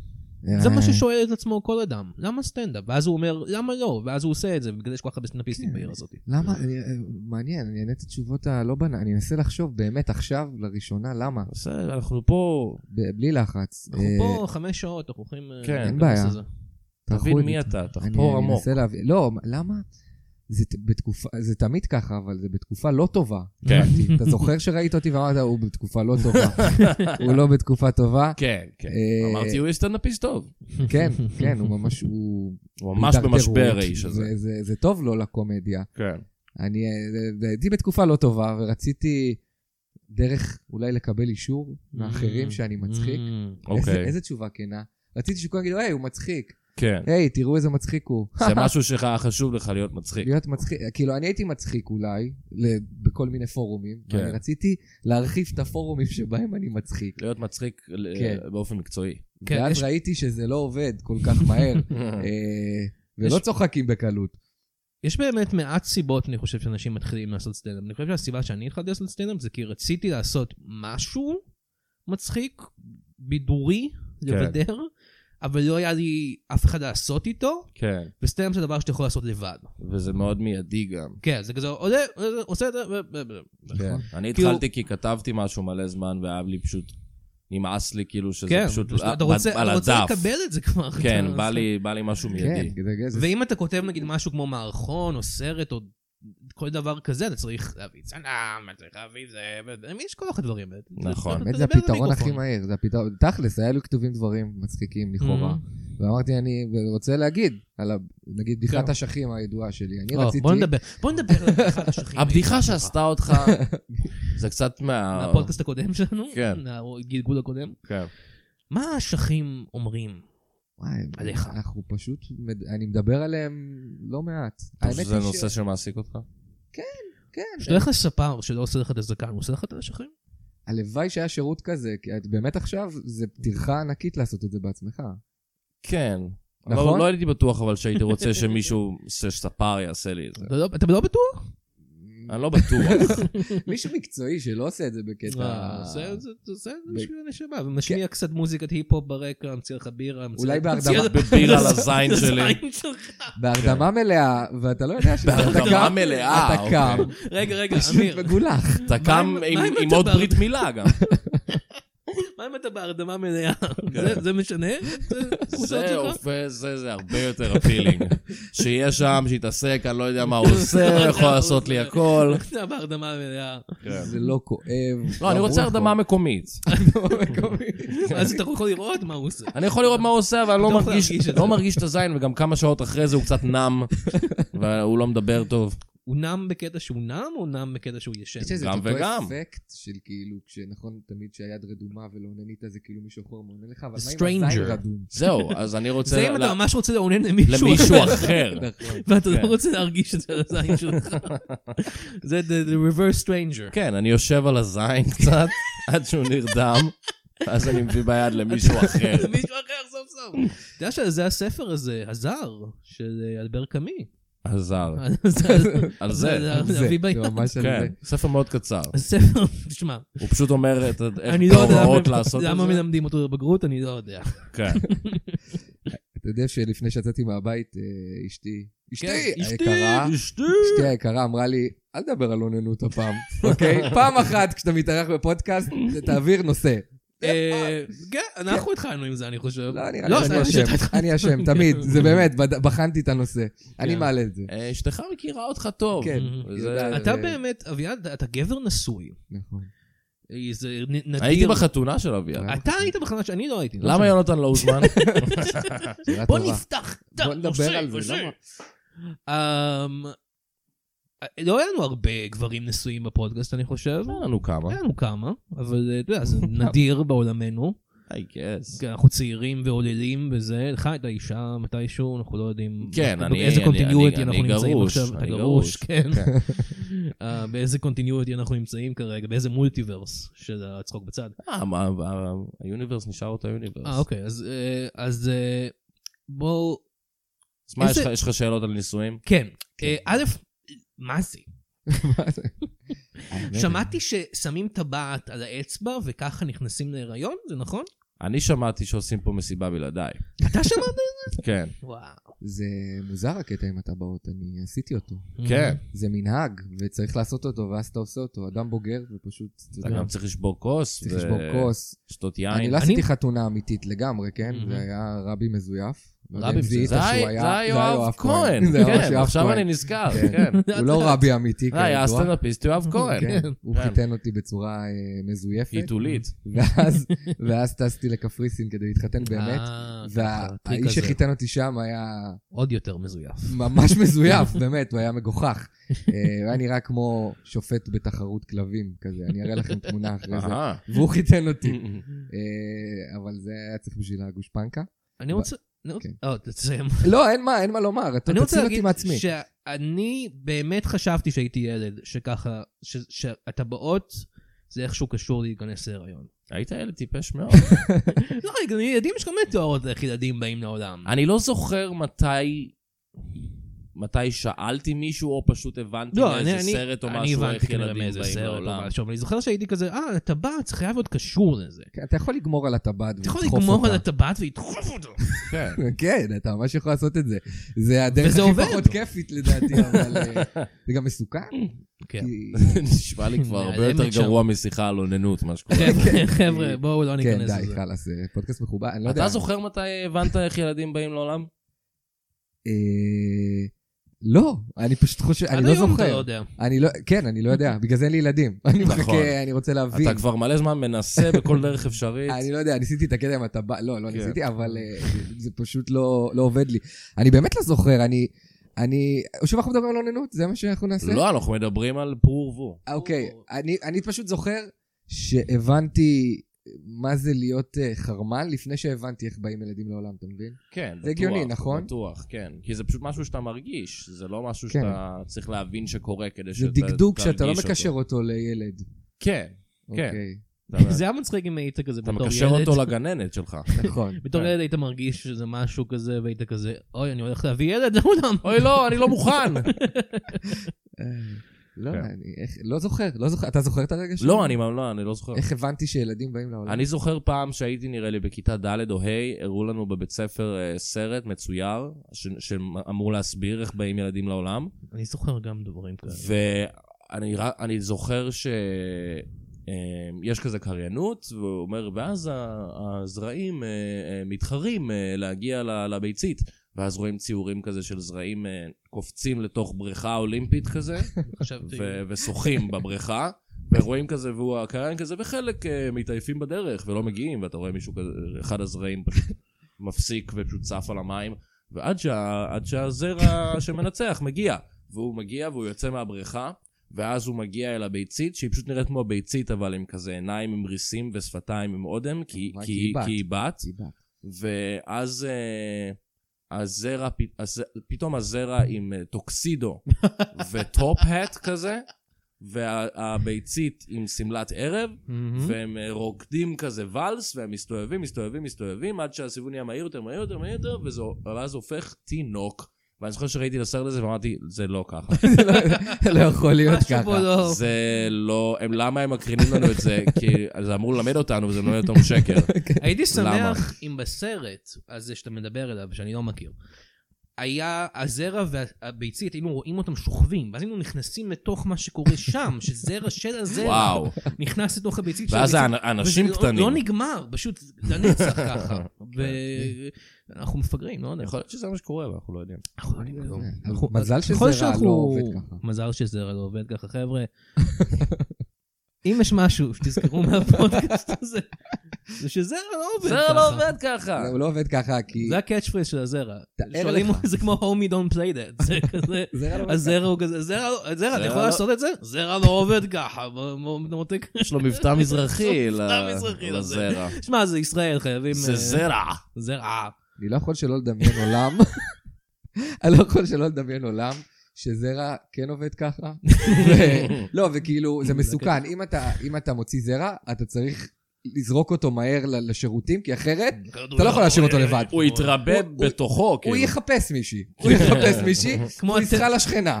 Speaker 2: אה,
Speaker 3: זה
Speaker 4: אה,
Speaker 3: מה ששואל את עצמו כל אדם, למה סטנדאפ? ואז הוא אומר, למה לא? ואז הוא עושה את זה, בגלל שיש כל כך הרבה סטנדאפיסטים
Speaker 4: כן.
Speaker 3: בעיר הזאת.
Speaker 4: למה?
Speaker 2: לא.
Speaker 4: אני- אה, מעניין, אני אענה את התשובות הלא בנה. אני אנסה לחשוב באמת עכשיו, לראשונה, למה?
Speaker 2: בסדר, אנחנו פה,
Speaker 4: ב- בלי לחץ.
Speaker 3: אנחנו
Speaker 4: אה,
Speaker 3: פה חמש שעות, אנחנו הולכים... אה,
Speaker 2: כן. אין
Speaker 3: להיכנס
Speaker 4: בעיה.
Speaker 3: לזה.
Speaker 4: תערכו
Speaker 2: תבין
Speaker 4: את
Speaker 2: מי
Speaker 4: זה.
Speaker 2: אתה,
Speaker 4: אני-
Speaker 2: תחפור
Speaker 4: אני
Speaker 2: עמוק.
Speaker 4: מנסה להבין, לא, למה? זה, ת- בתקופה, זה תמיד ככה, אבל זה בתקופה לא טובה.
Speaker 2: כן.
Speaker 4: הבנתי. אתה זוכר שראית אותי ואמרת, הוא בתקופה לא טובה.
Speaker 2: <laughs>
Speaker 4: הוא לא בתקופה טובה.
Speaker 2: כן, כן.
Speaker 4: אה,
Speaker 2: אמרתי, הוא יהיה סטנדאפיסט טוב.
Speaker 3: <laughs>
Speaker 4: כן, כן, הוא ממש, הוא...
Speaker 2: הוא ממש
Speaker 4: בהידרדרות.
Speaker 2: במשבר האיש הזה.
Speaker 4: זה- זה- זה טוב לו לקומדיה.
Speaker 2: כן.
Speaker 4: אני אה, זה- הייתי בתקופה לא טובה, ורציתי דרך אולי לקבל אישור מאחרים שאני מצחיק.
Speaker 3: Mm.
Speaker 4: איזה-
Speaker 2: אוקיי.
Speaker 4: איזה תשובה כנה. רציתי שכולם יגידו, היי, הוא מצחיק. <laughs>
Speaker 2: כן.
Speaker 4: היי, תראו איזה מצחיק הוא.
Speaker 2: זה משהו שהיה חשוב לך להיות
Speaker 4: <laughs>
Speaker 2: מצחיק.
Speaker 4: להיות מצחיק, כאילו, אני הייתי מצחיק אולי, ל- בכל מיני פורומים,
Speaker 2: כן.
Speaker 4: ואני רציתי להרחיב את הפורומים שבהם אני מצחיק.
Speaker 2: להיות מצחיק ל-
Speaker 4: כן.
Speaker 2: באופן מקצועי.
Speaker 3: כן,
Speaker 4: ואז
Speaker 3: יש-
Speaker 4: ראיתי שזה לא עובד כל כך
Speaker 3: <laughs>
Speaker 4: מהר, אה, ולא
Speaker 3: יש-
Speaker 4: צוחקים בקלות.
Speaker 3: יש באמת מעט סיבות, אני חושב, שאנשים מתחילים לעשות סטנדאפ. אני חושב שהסיבה שאני התחלתי לעשות סטנדאפ זה כי רציתי לעשות משהו מצחיק, בידורי,
Speaker 2: כן.
Speaker 3: לבדר, אבל לא היה לי אף אחד לעשות איתו,
Speaker 2: כן.
Speaker 3: וסטנדאפ זה דבר שאתה יכול לעשות לבד.
Speaker 2: וזה מאוד מיידי גם.
Speaker 3: כן, זה כזה עולה, עולה, עושה את זה, ו- ו- ו-
Speaker 4: נכון.
Speaker 2: אני
Speaker 3: כאילו-
Speaker 2: התחלתי כי כתבתי משהו מלא זמן, והיה לי פשוט... נמאס לי כאילו שזה
Speaker 3: כן,
Speaker 2: פשוט...
Speaker 3: אתה
Speaker 2: על-
Speaker 3: רוצה,
Speaker 2: על
Speaker 3: אתה רוצה
Speaker 2: הדף.
Speaker 3: לקבל את זה כבר.
Speaker 2: כן,
Speaker 3: אתה-
Speaker 2: בא לי- בא לי משהו
Speaker 4: כן,
Speaker 2: מיידי.
Speaker 4: זה- זה-
Speaker 3: ואם אתה כותב נגיד משהו כמו מערכון או סרט או כל דבר כזה, אתה צריך להביא צנם, אתה צריך להביא זה, ו- יש כל כך הדברים. האלה.
Speaker 2: נכון.
Speaker 3: אתה- אתה
Speaker 4: באמת זה
Speaker 3: מדבר
Speaker 4: הפתרון הכי
Speaker 3: למיקרופון.
Speaker 4: מהיר, זה הפתרון, תכלס, היה לי כתובים דברים מצחיקים לכאורה,
Speaker 3: Mm-hmm.
Speaker 4: ואמרתי, אני רוצה להגיד, על ה- נגיד בדיחת
Speaker 3: כן.
Speaker 4: אשכים הידועה שלי,
Speaker 2: לא,
Speaker 4: אני
Speaker 3: או,
Speaker 4: רציתי...
Speaker 3: לא, בוא נדבר, בוא נדבר על
Speaker 4: <laughs>
Speaker 3: הבדיחה על השכיב.
Speaker 2: הבדיחה שעשתה
Speaker 3: <laughs>
Speaker 2: אותך, זה קצת מה...
Speaker 3: מהפודקאסט הקודם שלנו,
Speaker 2: כן.
Speaker 3: הגלגול הקודם.
Speaker 2: כן.
Speaker 3: מה האשכים אומרים?
Speaker 4: וואי,
Speaker 3: עליך.
Speaker 4: אנחנו פשוט, מד- אני מדבר עליהם לא מעט.
Speaker 2: אתה
Speaker 4: האמת
Speaker 2: חושב שזה
Speaker 4: היא ש-
Speaker 2: נושא שמעסיק אותך?
Speaker 4: כן,
Speaker 3: כשאתה הולך לספר שלא עושה לך את הזקן, הוא עושה לך את האשכים?
Speaker 4: הלוואי שהיה שירות כזה, כי את באמת עכשיו, זה טרחה ענקית לעשות את זה בעצמך.
Speaker 2: כן. נכון?
Speaker 4: נכון?
Speaker 2: לא הייתי בטוח אבל שהייתי
Speaker 4: <laughs>
Speaker 2: רוצה שמישהו, שספר יעשה לי את זה.
Speaker 4: כן.
Speaker 3: אתה לא- אתה לא בטוח?
Speaker 2: אני לא בטוח.
Speaker 4: מישהו מקצועי שלא עושה את זה בקטע...
Speaker 3: אה, זה- זה- זה- זה
Speaker 4: כן, ב- כן.
Speaker 3: בשביל הנשמה, ומשמיע קצת מוזיקת היפ-הופ ברקע, מציע לך בירה, מציע-
Speaker 4: אולי בהרדמה.
Speaker 3: מציע-
Speaker 2: בבירה לזין שלי.
Speaker 3: לזין שלך.
Speaker 4: בהרדמה מלאה, ואתה לא יודע שזה... <laughs> אתה
Speaker 2: כן. בהרדמה
Speaker 4: קם-
Speaker 2: מלאה,
Speaker 4: אתה קם,
Speaker 2: אוקיי.
Speaker 3: רגע, רגע,
Speaker 4: פשוט
Speaker 3: אמיר,
Speaker 4: מגולח.
Speaker 2: אתה קם
Speaker 3: מה
Speaker 2: עם-
Speaker 3: אם
Speaker 2: עם
Speaker 3: אתה
Speaker 2: עוד
Speaker 3: בר-
Speaker 2: ברית מילה גם.
Speaker 3: מה אם אתה בהרדמה מלאה?
Speaker 2: כן.
Speaker 3: זה- זה משנה? זה-
Speaker 2: זה
Speaker 3: שלך?
Speaker 2: הופך, זה זה הרבה יותר אפילינג. שיהיה שם, שיתעסק, אני לא יודע מה הוא עושה, הוא
Speaker 3: <laughs>
Speaker 2: יכול לעשות לי הכל.
Speaker 3: איך זה לא בהרדמה מלאה?
Speaker 2: כן.
Speaker 4: זה לא כואב.
Speaker 2: לא, אני רוצה
Speaker 4: ברור.
Speaker 2: הרדמה מקומית.
Speaker 3: אז אתה יכול לראות מה הוא עושה.
Speaker 2: אני יכול לראות מה הוא עושה, אבל אני לא
Speaker 3: אתה יכול
Speaker 2: מרגיש-
Speaker 3: להרגיש את
Speaker 2: לא
Speaker 3: זה.
Speaker 2: מרגיש את הזין, וגם כמה שעות אחרי זה הוא קצת נם, והוא לא מדבר טוב.
Speaker 3: הוא נם בקטע שהוא נם, או נם בקטע שהוא ישן?
Speaker 4: יש איזה
Speaker 2: כן, גם
Speaker 4: את אותו
Speaker 2: וגם.
Speaker 4: אפקט של כאילו, כשנכון תמיד שהיד רדומה ולאוננית זה כאילו מישהו אחר מעונה לך, אבל
Speaker 3: The
Speaker 4: מה אם הזין
Speaker 3: stranger.
Speaker 4: רדום?
Speaker 3: <laughs>
Speaker 2: זהו, אז אני רוצה...
Speaker 3: זה אם
Speaker 2: ל-
Speaker 3: אתה ממש רוצה לאונן למישהו
Speaker 2: לא, למישהו
Speaker 3: אחר,
Speaker 2: אחר.
Speaker 3: ואתה
Speaker 2: כן.
Speaker 3: לא רוצה להרגיש את זה על הזין שלך. זה the the reverse stranger.
Speaker 2: כן, אני יושב על הזין קצת, <laughs> עד שהוא נרדם, ואז אני מביא ביד למישהו אחר.
Speaker 3: <laughs> מישהו אחר סוף סוף. אתה יודע שזה הספר הזה, הזר, של אה, אלבר קאמי.
Speaker 2: עזר. על זה.
Speaker 4: זה,
Speaker 3: להביא ביד.
Speaker 4: זה ממש על זה.
Speaker 2: כן, ספר מאוד קצר.
Speaker 3: הספר, תשמע,
Speaker 2: הוא פשוט אומר את ה- איך
Speaker 3: אני
Speaker 2: את
Speaker 3: לא יודע
Speaker 2: ההוראות
Speaker 3: למה-
Speaker 2: לעשות את
Speaker 3: למה
Speaker 2: זה.
Speaker 3: מלמדים אותו לבגרות, אני לא יודע.
Speaker 2: כן,
Speaker 4: אתה יודע שלפני שיצאתי מהבית, אה, אשתי, אשתי
Speaker 3: כן, אשתי,
Speaker 4: היקרה,
Speaker 2: אשתי.
Speaker 4: אשתי היקרה אמרה לי, אל תדבר על אוננות הפעם,
Speaker 3: <laughs>
Speaker 4: אוקיי? פעם אחת כשאתה מתארח בפודקאסט, תעביר נושא.
Speaker 3: אה, כן, אנחנו התחלנו עם זה, אני חושב. כן.
Speaker 4: לא, אני
Speaker 3: לא,
Speaker 4: אני
Speaker 3: זה-
Speaker 4: אשם, אני אשם, תמיד, זה באמת, בד- בחנתי את הנושא. אני
Speaker 3: כן.
Speaker 4: מעלה את זה.
Speaker 2: אה, אשתך מכירה אותך טוב.
Speaker 4: כן,
Speaker 2: וזה-
Speaker 4: היא יודעת,
Speaker 3: אתה
Speaker 4: אה,
Speaker 3: באמת, אביעד, אתה גבר נשוי.
Speaker 4: נכון.
Speaker 3: אה, זה נ- נדיר.
Speaker 2: הייתי בחתונה של אביה.
Speaker 3: אתה היית בחתונה שאני לא הייתי. לא
Speaker 2: למה
Speaker 3: משנה.
Speaker 2: יונתן לא הוזמן?
Speaker 4: שאלה
Speaker 3: בוא
Speaker 4: טובה.
Speaker 3: נפתח.
Speaker 4: בוא נדבר על זה, למה?
Speaker 3: אמ, לא היה לנו הרבה גברים נשואים בפודקאסט, אני חושב.
Speaker 2: אין
Speaker 4: אה,
Speaker 2: לנו כמה.
Speaker 3: היה לנו כמה, אבל אה, אתה יודע,
Speaker 4: <laughs>
Speaker 3: זה נדיר בעולמנו.
Speaker 2: I guess.
Speaker 3: כי אנחנו ציירים ועוללים וזה, לך הייתה אישה מתישהו, אנחנו לא יודעים
Speaker 2: כן, אני-
Speaker 3: באיזה
Speaker 2: אני-
Speaker 3: קונטיניוטי
Speaker 2: אני-
Speaker 3: אנחנו
Speaker 2: אני
Speaker 3: נמצאים
Speaker 2: גרוש,
Speaker 3: עכשיו, אתה
Speaker 2: אני
Speaker 3: גרוש,
Speaker 2: גרוש. כן.
Speaker 3: כן, <laughs> אה, באיזה קונטיניוטי אנחנו נמצאים כרגע, באיזה מולטיברס של הצחוק בצד.
Speaker 2: אה, מה, מה, היוניברס נשאר אותו יוניברס.
Speaker 3: אה, אוקיי, אז, אה, אז אה, בואו,
Speaker 2: אז מה, יש
Speaker 3: איזה-
Speaker 2: לך- יש לך שאלות על נישואים?
Speaker 3: כן, אה, א', מה זה?
Speaker 4: מה זה? <laughs>
Speaker 2: כן.
Speaker 4: האמת,
Speaker 3: שמעתי ששמים טבעת על האצבע וככה נכנסים להיריון, זה נכון?
Speaker 2: אני שמעתי שעושים פה מסיבה בלעדיי.
Speaker 3: אתה
Speaker 2: <laughs>
Speaker 3: שמעת?
Speaker 2: כן.
Speaker 3: וואו.
Speaker 4: זה מוזר הקטע עם הטבעות, אני עשיתי אותו.
Speaker 2: כן.
Speaker 3: אה,
Speaker 4: זה מנהג, וצריך לעשות אותו, ואז אתה עושה אותו. אדם בוגר, ופשוט, אתה
Speaker 2: אתה
Speaker 4: יודע,
Speaker 2: גם צריך לשבור כוס.
Speaker 4: כן. צריך
Speaker 2: ו-
Speaker 4: לשבור כוס.
Speaker 2: לשתות
Speaker 4: אני
Speaker 2: יין.
Speaker 4: לא עשיתי חתונה אמיתית לגמרי, כן?
Speaker 3: Mhm.
Speaker 4: זה היה רבי מזויף. לא יודע
Speaker 2: רבי
Speaker 4: אם זיהית
Speaker 2: זה
Speaker 4: שהוא
Speaker 2: היה- זה היה יואב כהן.
Speaker 4: זה היה ממש
Speaker 2: כן,
Speaker 4: יואב
Speaker 2: עכשיו
Speaker 4: כהן. <laughs>
Speaker 2: אני נזכר.
Speaker 4: כן.
Speaker 2: כן.
Speaker 4: הוא
Speaker 2: <laughs>
Speaker 4: לא רבי אמיתי,
Speaker 2: זה היה
Speaker 4: כידוע.
Speaker 2: הסטנדאפיסט יואב כהן.
Speaker 4: כן, הוא
Speaker 2: כן.
Speaker 4: חיתן אותי בצורה אה, מזויפת.
Speaker 2: עיתולית.
Speaker 4: ואז- ואז טסתי לקפריסין כדי להתחתן באמת.
Speaker 3: אה, ככה, הטריק
Speaker 4: והאיש
Speaker 3: הזה.
Speaker 4: שחיתן אותי שם היה
Speaker 3: עוד יותר מזויף. <laughs>
Speaker 4: ממש מזויף, באמת, הוא היה מגוחך. אה, הוא היה נראה כמו שופט בתחרות כלבים כזה, אני אראה לכם תמונה אחרי זה.
Speaker 2: אהה.
Speaker 4: והוא
Speaker 3: <laughs>
Speaker 4: חיתן אותי. אה, אבל זה היה צריך בשביל הגושפנקה.
Speaker 3: אני רוצה... אני רוצה-
Speaker 4: כן.
Speaker 3: אה, תסיים.
Speaker 4: לא, אין מה, אין מה לומר, אתה
Speaker 3: אני רוצה
Speaker 4: תציל
Speaker 3: להגיד
Speaker 4: אותי מעצמי.
Speaker 3: שאני באמת חשבתי שהייתי ילד, שככה, ש- שהטבעות זה איכשהו קשור להיכנס להיריון.
Speaker 2: היית ילד טיפש מאוד. <laughs>
Speaker 3: לא, גם ילדים יש גם תיאוריות איך ילדים באים לעולם.
Speaker 2: אני לא זוכר מתי... מתי שאלתי מישהו, או פשוט הבנתי
Speaker 3: לא, אני,
Speaker 2: מאיזה
Speaker 3: אני,
Speaker 2: סרט או
Speaker 3: אני
Speaker 2: משהו,
Speaker 3: הבנתי
Speaker 2: איך
Speaker 3: כנראה
Speaker 2: ילדים
Speaker 3: מאיזה
Speaker 2: באים
Speaker 3: סרט או
Speaker 2: לעולם.
Speaker 3: משהו, אבל אני זוכר שהייתי כזה, אה, הטבעת, זה חייב להיות קשור לזה.
Speaker 4: כן, אתה יכול לגמור על הטבעת
Speaker 3: אתה יכול
Speaker 4: ולדחוף אותה.
Speaker 3: לגמור על הטבעת ולדחוף אותו.
Speaker 2: כן.
Speaker 4: <laughs> כן, אתה ממש יכול לעשות את זה. זה הדרך
Speaker 3: וזה
Speaker 4: הכי
Speaker 3: עובד.
Speaker 4: פחות כיפית לדעתי, אבל אה,
Speaker 3: <laughs>
Speaker 4: זה גם מסוכן.
Speaker 3: כן.
Speaker 4: כי-
Speaker 2: זה <laughs> נשמע לי כבר הרבה
Speaker 3: נעלמת
Speaker 2: יותר
Speaker 3: שם.
Speaker 2: גרוע משיחה על אוננות, מה
Speaker 3: <laughs>
Speaker 2: שקורה.
Speaker 3: <laughs> חבר'ה, חבר'ה, בואו לא
Speaker 4: כן,
Speaker 3: ניכנס
Speaker 4: די,
Speaker 3: לזה.
Speaker 4: חלאס, זה פודקאסט מכובד, אני לא יודע.
Speaker 2: אתה זוכר מתי הבנת איך ילדים באים לעולם?
Speaker 4: אה, לא, אני פשוט חושב, אני
Speaker 3: עד
Speaker 4: לא
Speaker 3: היום אתה לא
Speaker 4: זוכר.
Speaker 3: יודע.
Speaker 4: אני לא, כן, אני לא יודע, בגלל זה אין לי ילדים. <laughs> אני
Speaker 2: נכון.
Speaker 4: מחכה, אני רוצה להבין.
Speaker 2: אתה כבר מלא זמן מנסה בכל דרך אפשרית.
Speaker 4: <laughs> אני לא יודע, ניסיתי את הקטע עם הטבעת, לא, לא
Speaker 2: כן.
Speaker 4: ניסיתי, אבל אה, זה פשוט לא לא עובד לי. אני באמת לא זוכר, אני... אני... שוב אנחנו מדברים על אוננות, זה מה שאנחנו נעשה?
Speaker 2: לא, אנחנו מדברים על פרו ורבו.
Speaker 4: אוקיי,
Speaker 3: או-
Speaker 4: אני, אני פשוט זוכר שהבנתי מה זה להיות אה, חרמן לפני שהבנתי איך באים ילדים לעולם, אתה מבין?
Speaker 2: כן, בטוח.
Speaker 4: זה הגיוני, נכון?
Speaker 2: בטוח, כן. כי זה פשוט משהו שאתה מרגיש, זה לא משהו
Speaker 4: כן.
Speaker 2: שאתה צריך להבין שקורה כדי
Speaker 4: זה
Speaker 2: שאתה
Speaker 4: דקדוק שאתה לא
Speaker 2: תרגיש אותו.
Speaker 4: מקשר אותו לילד.
Speaker 2: כן, כן.
Speaker 4: אוקיי,
Speaker 2: אתה-
Speaker 3: זה היה מצחיק אם היית כזה
Speaker 2: אתה
Speaker 3: בתור ילד.
Speaker 2: מקשר אותו לגננת שלך.
Speaker 4: נכון.
Speaker 3: <laughs> בתור
Speaker 2: כן.
Speaker 3: ילד היית מרגיש שזה משהו כזה, והיית כזה, אוי, אני הולך להביא ילד לעולם.
Speaker 2: <laughs> אוי, לא, אני לא מוכן.
Speaker 4: אה, לא,
Speaker 2: כן.
Speaker 4: אני איך- לא זוכר, לא זוכר. אתה זוכר את הרגע
Speaker 2: <laughs> לא, אני לא, אני לא זוכר.
Speaker 4: איך הבנתי שילדים באים לעולם?
Speaker 2: אני זוכר פעם שהייתי נראה לי בכיתה ד' או ה', הראו לנו בבית ספר אה, סרט מצויר, ש- שאמור להסביר איך באים ילדים לעולם.
Speaker 3: אני זוכר גם דברים כאלה.
Speaker 2: ואני ר- אני זוכר ש... אה, יש כזה קריינות, והוא אומר, ואז ה- הזרעים אה, אה, מתחרים אה, להגיע ל- לביצית. ואז רואים ציורים כזה של זרעים אה, קופצים לתוך בריכה אולימפית כזה,
Speaker 3: <laughs> חשבתי,
Speaker 2: ו- <laughs> ושוחים בבריכה, ורואים כזה, והוא הקריין כזה, וחלק אה, מתעייפים בדרך ולא מגיעים, ואתה רואה מישהו כזה, אחד הזרעים פשוט <laughs> מפסיק ופשוט צף על המים, ועד שה, עד שהזרע <laughs> שמנצח מגיע, והוא מגיע והוא יוצא מהבריכה. ואז הוא מגיע אל הביצית, שהיא פשוט נראית כמו ביצית, אבל עם כזה עיניים עם ריסים ושפתיים עם אודם, כי,
Speaker 4: כמובן,
Speaker 2: כי, היא- כי היא בת.
Speaker 4: סיבה.
Speaker 2: ואז אה, הזרע, פ- הז- פתאום הזרע עם אה, <laughs> טוקסידו וטופ-האט כזה, והביצית עם שמלת ערב, והם אה, רוקדים כזה ואלס, והם מסתובבים, מסתובבים, מסתובבים, עד שהסיבוב נהיה מהיר יותר, מהיר יותר, מהיר יותר, וזה- ואז הופך תינוק. ואני זוכר שראיתי את הסרט הזה ואמרתי, זה לא <laughs> ככה.
Speaker 4: לא יכול להיות
Speaker 3: משהו פה
Speaker 4: ככה.
Speaker 3: לא...
Speaker 2: זה לא, הם, למה הם מקרינים לנו את <laughs> זה? כי זה אמור ללמד אותנו, וזה מלמד אותנו שקר. <laughs>
Speaker 3: הייתי
Speaker 2: למה?
Speaker 3: שמח אם בסרט הזה שאתה מדבר עליו, שאני לא מכיר, היה הזרע והביצית, היינו רואים אותם שוכבים, ואז היינו נכנסים לתוך מה שקורה
Speaker 2: <laughs>
Speaker 3: שם, שזרע של הזרע
Speaker 2: וואו.
Speaker 3: נכנס לתוך הביצית של
Speaker 2: ואז
Speaker 3: הביצית.
Speaker 2: האנ- האנשים
Speaker 3: וזה לא-
Speaker 2: קטנים. כן,
Speaker 3: לא נגמר, פשוט לנצח
Speaker 2: <laughs>
Speaker 3: ככה. ואנחנו מפגרים, לא יודע.
Speaker 2: יכול להיות שזה מה שקורה, ואנחנו לא יודעים.
Speaker 3: אנחנו לא יודעים כלום.
Speaker 4: אז
Speaker 3: אנחנו-
Speaker 4: כן. מזל
Speaker 3: ככל
Speaker 4: שזרע לא
Speaker 3: שאנחנו-
Speaker 4: עובד ככה.
Speaker 2: <laughs>
Speaker 3: מזל שזרע לא עובד ככה, חבר'ה. אם יש משהו שתזכרו מהפודקאסט הזה, זה שזרע לא עובד
Speaker 2: זרע
Speaker 3: ככה.
Speaker 2: לא עובד ככה.
Speaker 4: הוא לא עובד ככה, כי...
Speaker 3: זה הקאץ' פריז של הזרע.
Speaker 4: תאר
Speaker 3: שואלים,
Speaker 4: לך.
Speaker 3: זה כמו homie don't play that. זה
Speaker 2: <laughs>
Speaker 3: כזה,
Speaker 4: זרע לא עובד
Speaker 3: הזרע הוא כזה, זרע, לא- זרע, אתה
Speaker 2: זרע
Speaker 3: יכול
Speaker 2: לא-
Speaker 3: לעשות את זה? זרע לא עובד ככה. בוא- בוא- מותק.
Speaker 2: יש לו מבטא מזרחי
Speaker 3: מבטא
Speaker 2: ל-
Speaker 3: מזרחי לזה.
Speaker 2: לזרע.
Speaker 3: <laughs> שמע, זה ישראל, חייבים...
Speaker 2: זה
Speaker 3: אה, <laughs>
Speaker 2: זרע.
Speaker 4: <laughs>
Speaker 3: זרע.
Speaker 4: אני לא יכול שלא לדמיין עולם, <laughs> אני לא יכול שלא לדמיין עולם שזרע כן עובד ככה. ו- לא, וכאילו, זה מסוכן. אם אתה- אם אתה מוציא זרע, אתה צריך לזרוק אותו מהר ל- לשירותים, כי אחרת אתה לא יכול להשאיר אותו לבד.
Speaker 2: הוא יתרבה
Speaker 4: הוא- הוא-
Speaker 2: בתוכו,
Speaker 4: הוא
Speaker 2: כאילו.
Speaker 4: יחפש מישהי. הוא יחפש מישהי,
Speaker 3: כמו
Speaker 4: הוא
Speaker 3: הת-
Speaker 4: יסחה לשכנה.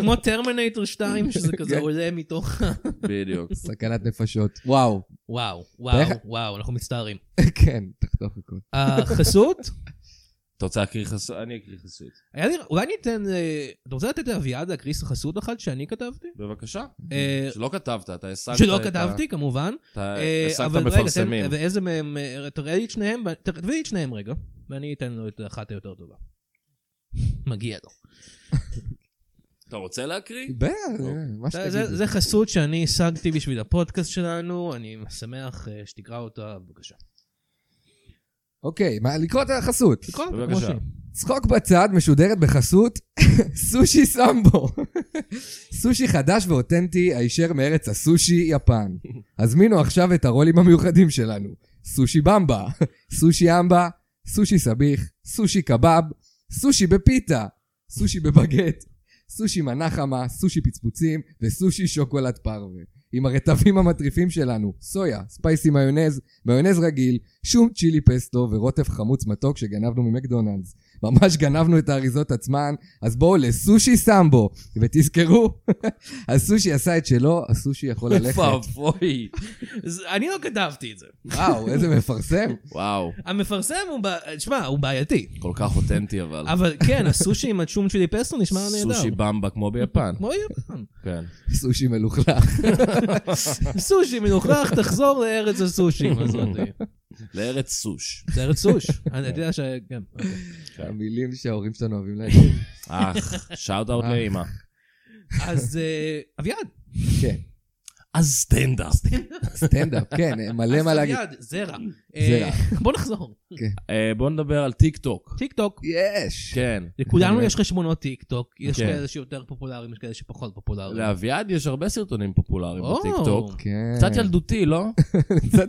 Speaker 3: כמו טרמינטור 2, שזה כזה
Speaker 4: כן.
Speaker 3: עולה מתוך...
Speaker 2: בדיוק. <laughs>
Speaker 4: סכנת נפשות. וואו. <laughs>
Speaker 3: וואו, וואו,
Speaker 4: ואיך-
Speaker 3: וואו, אנחנו <laughs> מצטערים.
Speaker 4: כן, תחתוך הכל.
Speaker 3: החסות?
Speaker 2: אתה רוצה להקריא חסות? אני אקריא חסות.
Speaker 3: היה לי- אולי ניתן... אה, אתה רוצה לתת לאביעד להקריא חסות אחת שאני כתבתי?
Speaker 2: בבקשה.
Speaker 3: אה,
Speaker 2: שלא כתבת, אתה השגת
Speaker 3: שלא
Speaker 2: את ה-
Speaker 3: כתבתי, כמובן.
Speaker 2: אתה
Speaker 3: אה,
Speaker 2: השגת
Speaker 3: אבל רגע, תן-
Speaker 2: מפרסמים.
Speaker 3: ואיזה מהם... אה, תראה לי את שניהם, ו- תראה לי את שניהם רגע, ואני אתן לו את האחת היותר טובה. מגיע לו.
Speaker 2: אתה רוצה
Speaker 3: <laughs>
Speaker 2: להקריא?
Speaker 4: בטח, אה, מה
Speaker 3: זה- זה
Speaker 4: שתגידו.
Speaker 3: זה חסות שאני השגתי בשביל הפודקאסט שלנו, אני שמח אה, שתקרא אותה, בבקשה.
Speaker 4: אוקיי, מה, לקרוא את החסות.
Speaker 3: תקרא אותה כמו
Speaker 2: בבקשה.
Speaker 3: שהיא.
Speaker 4: צחוק בצד משודרת בחסות <laughs> סושי סמבו. סושי חדש ואותנטי הישר מארץ הסושי, יפן. הזמינו עכשיו את הרולים המיוחדים שלנו. סושי במבה, סושי אמבה, סושי סביח, סושי קבב, סושי בפיתה, סושי בבגט, סושי מנחמה, סושי פצפוצים וסושי שוקולד פרווה. עם הרטבים המטריפים שלנו, סויה, ספייסי מיונז, מיונז רגיל, שום צ'ילי פסטו ורוטף חמוץ מתוק שגנבנו ממקדונלדס. ממש גנבנו את האריזות עצמן, אז בואו לסושי סמבו, ותזכרו, <laughs> הסושי עשה את שלו, הסושי יכול ללכת.
Speaker 2: ואבוי.
Speaker 3: אז אני לא כתבתי את זה.
Speaker 4: וואו, איזה מפרסם.
Speaker 2: וואו,
Speaker 3: המפרסם הוא, ב- תשמע, הוא בעייתי.
Speaker 2: כל כך אותנטי אבל.
Speaker 3: אבל כן, הסושי עם הצ'ום שלי פסטו נשמע נהדר.
Speaker 2: סושי במבה כמו ביפן.
Speaker 3: כמו יפן.
Speaker 2: כן.
Speaker 4: סושי מלוכלך.
Speaker 3: סושי מלוכלך, תחזור לארץ
Speaker 4: <laughs>
Speaker 3: הסושי. מה זאת?
Speaker 2: לארץ סוש.
Speaker 3: זה ארץ סוש. אני אתה יודע ש... כן. אוקיי.
Speaker 4: המילים שההורים שלנו אוהבים להגיד.
Speaker 3: <laughs>
Speaker 2: אך, שאוט אאוט
Speaker 3: אה.
Speaker 2: לאמא.
Speaker 3: אז אה, אביעד.
Speaker 4: כן,
Speaker 2: אז סטנדאפ.
Speaker 4: סטנדאפ, כן, מלא
Speaker 3: אז
Speaker 4: מה להגיד.
Speaker 3: אביעד, זרע. אה,
Speaker 4: זרע.
Speaker 3: בוא נחזור.
Speaker 2: אה, בואו נדבר על טיק טוק.
Speaker 3: טיק טוק.
Speaker 4: יש.
Speaker 2: כן.
Speaker 3: לכולנו יש חשבונות טיק טוק. יש
Speaker 2: כן.
Speaker 3: כאלה שיותר פופולריים, יש כאלה שפחות פופולריים.
Speaker 4: לא.
Speaker 2: לאביעד יש הרבה סרטונים פופולריים
Speaker 3: או. אה.
Speaker 2: בטיק טוק.
Speaker 4: כן.
Speaker 2: קצת ילדותי, לא?
Speaker 4: קצת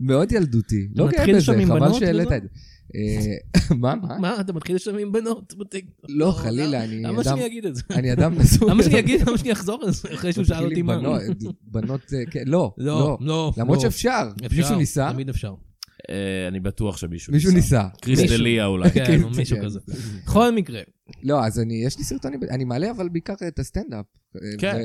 Speaker 4: מאוד ילדותי. לא
Speaker 3: מתחיל
Speaker 4: גאה בזה,
Speaker 3: שם עם
Speaker 4: חבל
Speaker 3: בנות
Speaker 4: שהעלית
Speaker 3: וזה?
Speaker 4: את זה. אה, מה, מה?
Speaker 3: מה, אתה מתחיל לשלם עם בנות בטיק טוק.
Speaker 4: לא, חלילה, אני
Speaker 3: למה
Speaker 4: אדם-
Speaker 3: שאני אגיד
Speaker 4: <laughs>
Speaker 3: את זה?
Speaker 4: אני אדם נשוי.
Speaker 3: למה שאני אגיד, למה שאני אחזור על זה אחרי שהוא שאל אותי מה?
Speaker 4: בנות, בנות, אה, כן, לא,
Speaker 3: לא,
Speaker 4: לא.
Speaker 3: לא.
Speaker 4: למרות
Speaker 3: לא.
Speaker 4: שאפשר.
Speaker 3: אפשר,
Speaker 4: מישהו ניסה?
Speaker 3: תמיד אפשר.
Speaker 2: אה, אני בטוח שמישהו
Speaker 4: מישהו ניסה.
Speaker 2: קריס
Speaker 3: מישהו.
Speaker 2: דליה אולי.
Speaker 3: כן, או מישהו
Speaker 4: כן.
Speaker 3: כזה. בכל מקרה,
Speaker 4: לא, אז אני, יש לי סרטונים, אני מעלה אבל בעיקר את הסטנדאפ. אה,
Speaker 2: כן.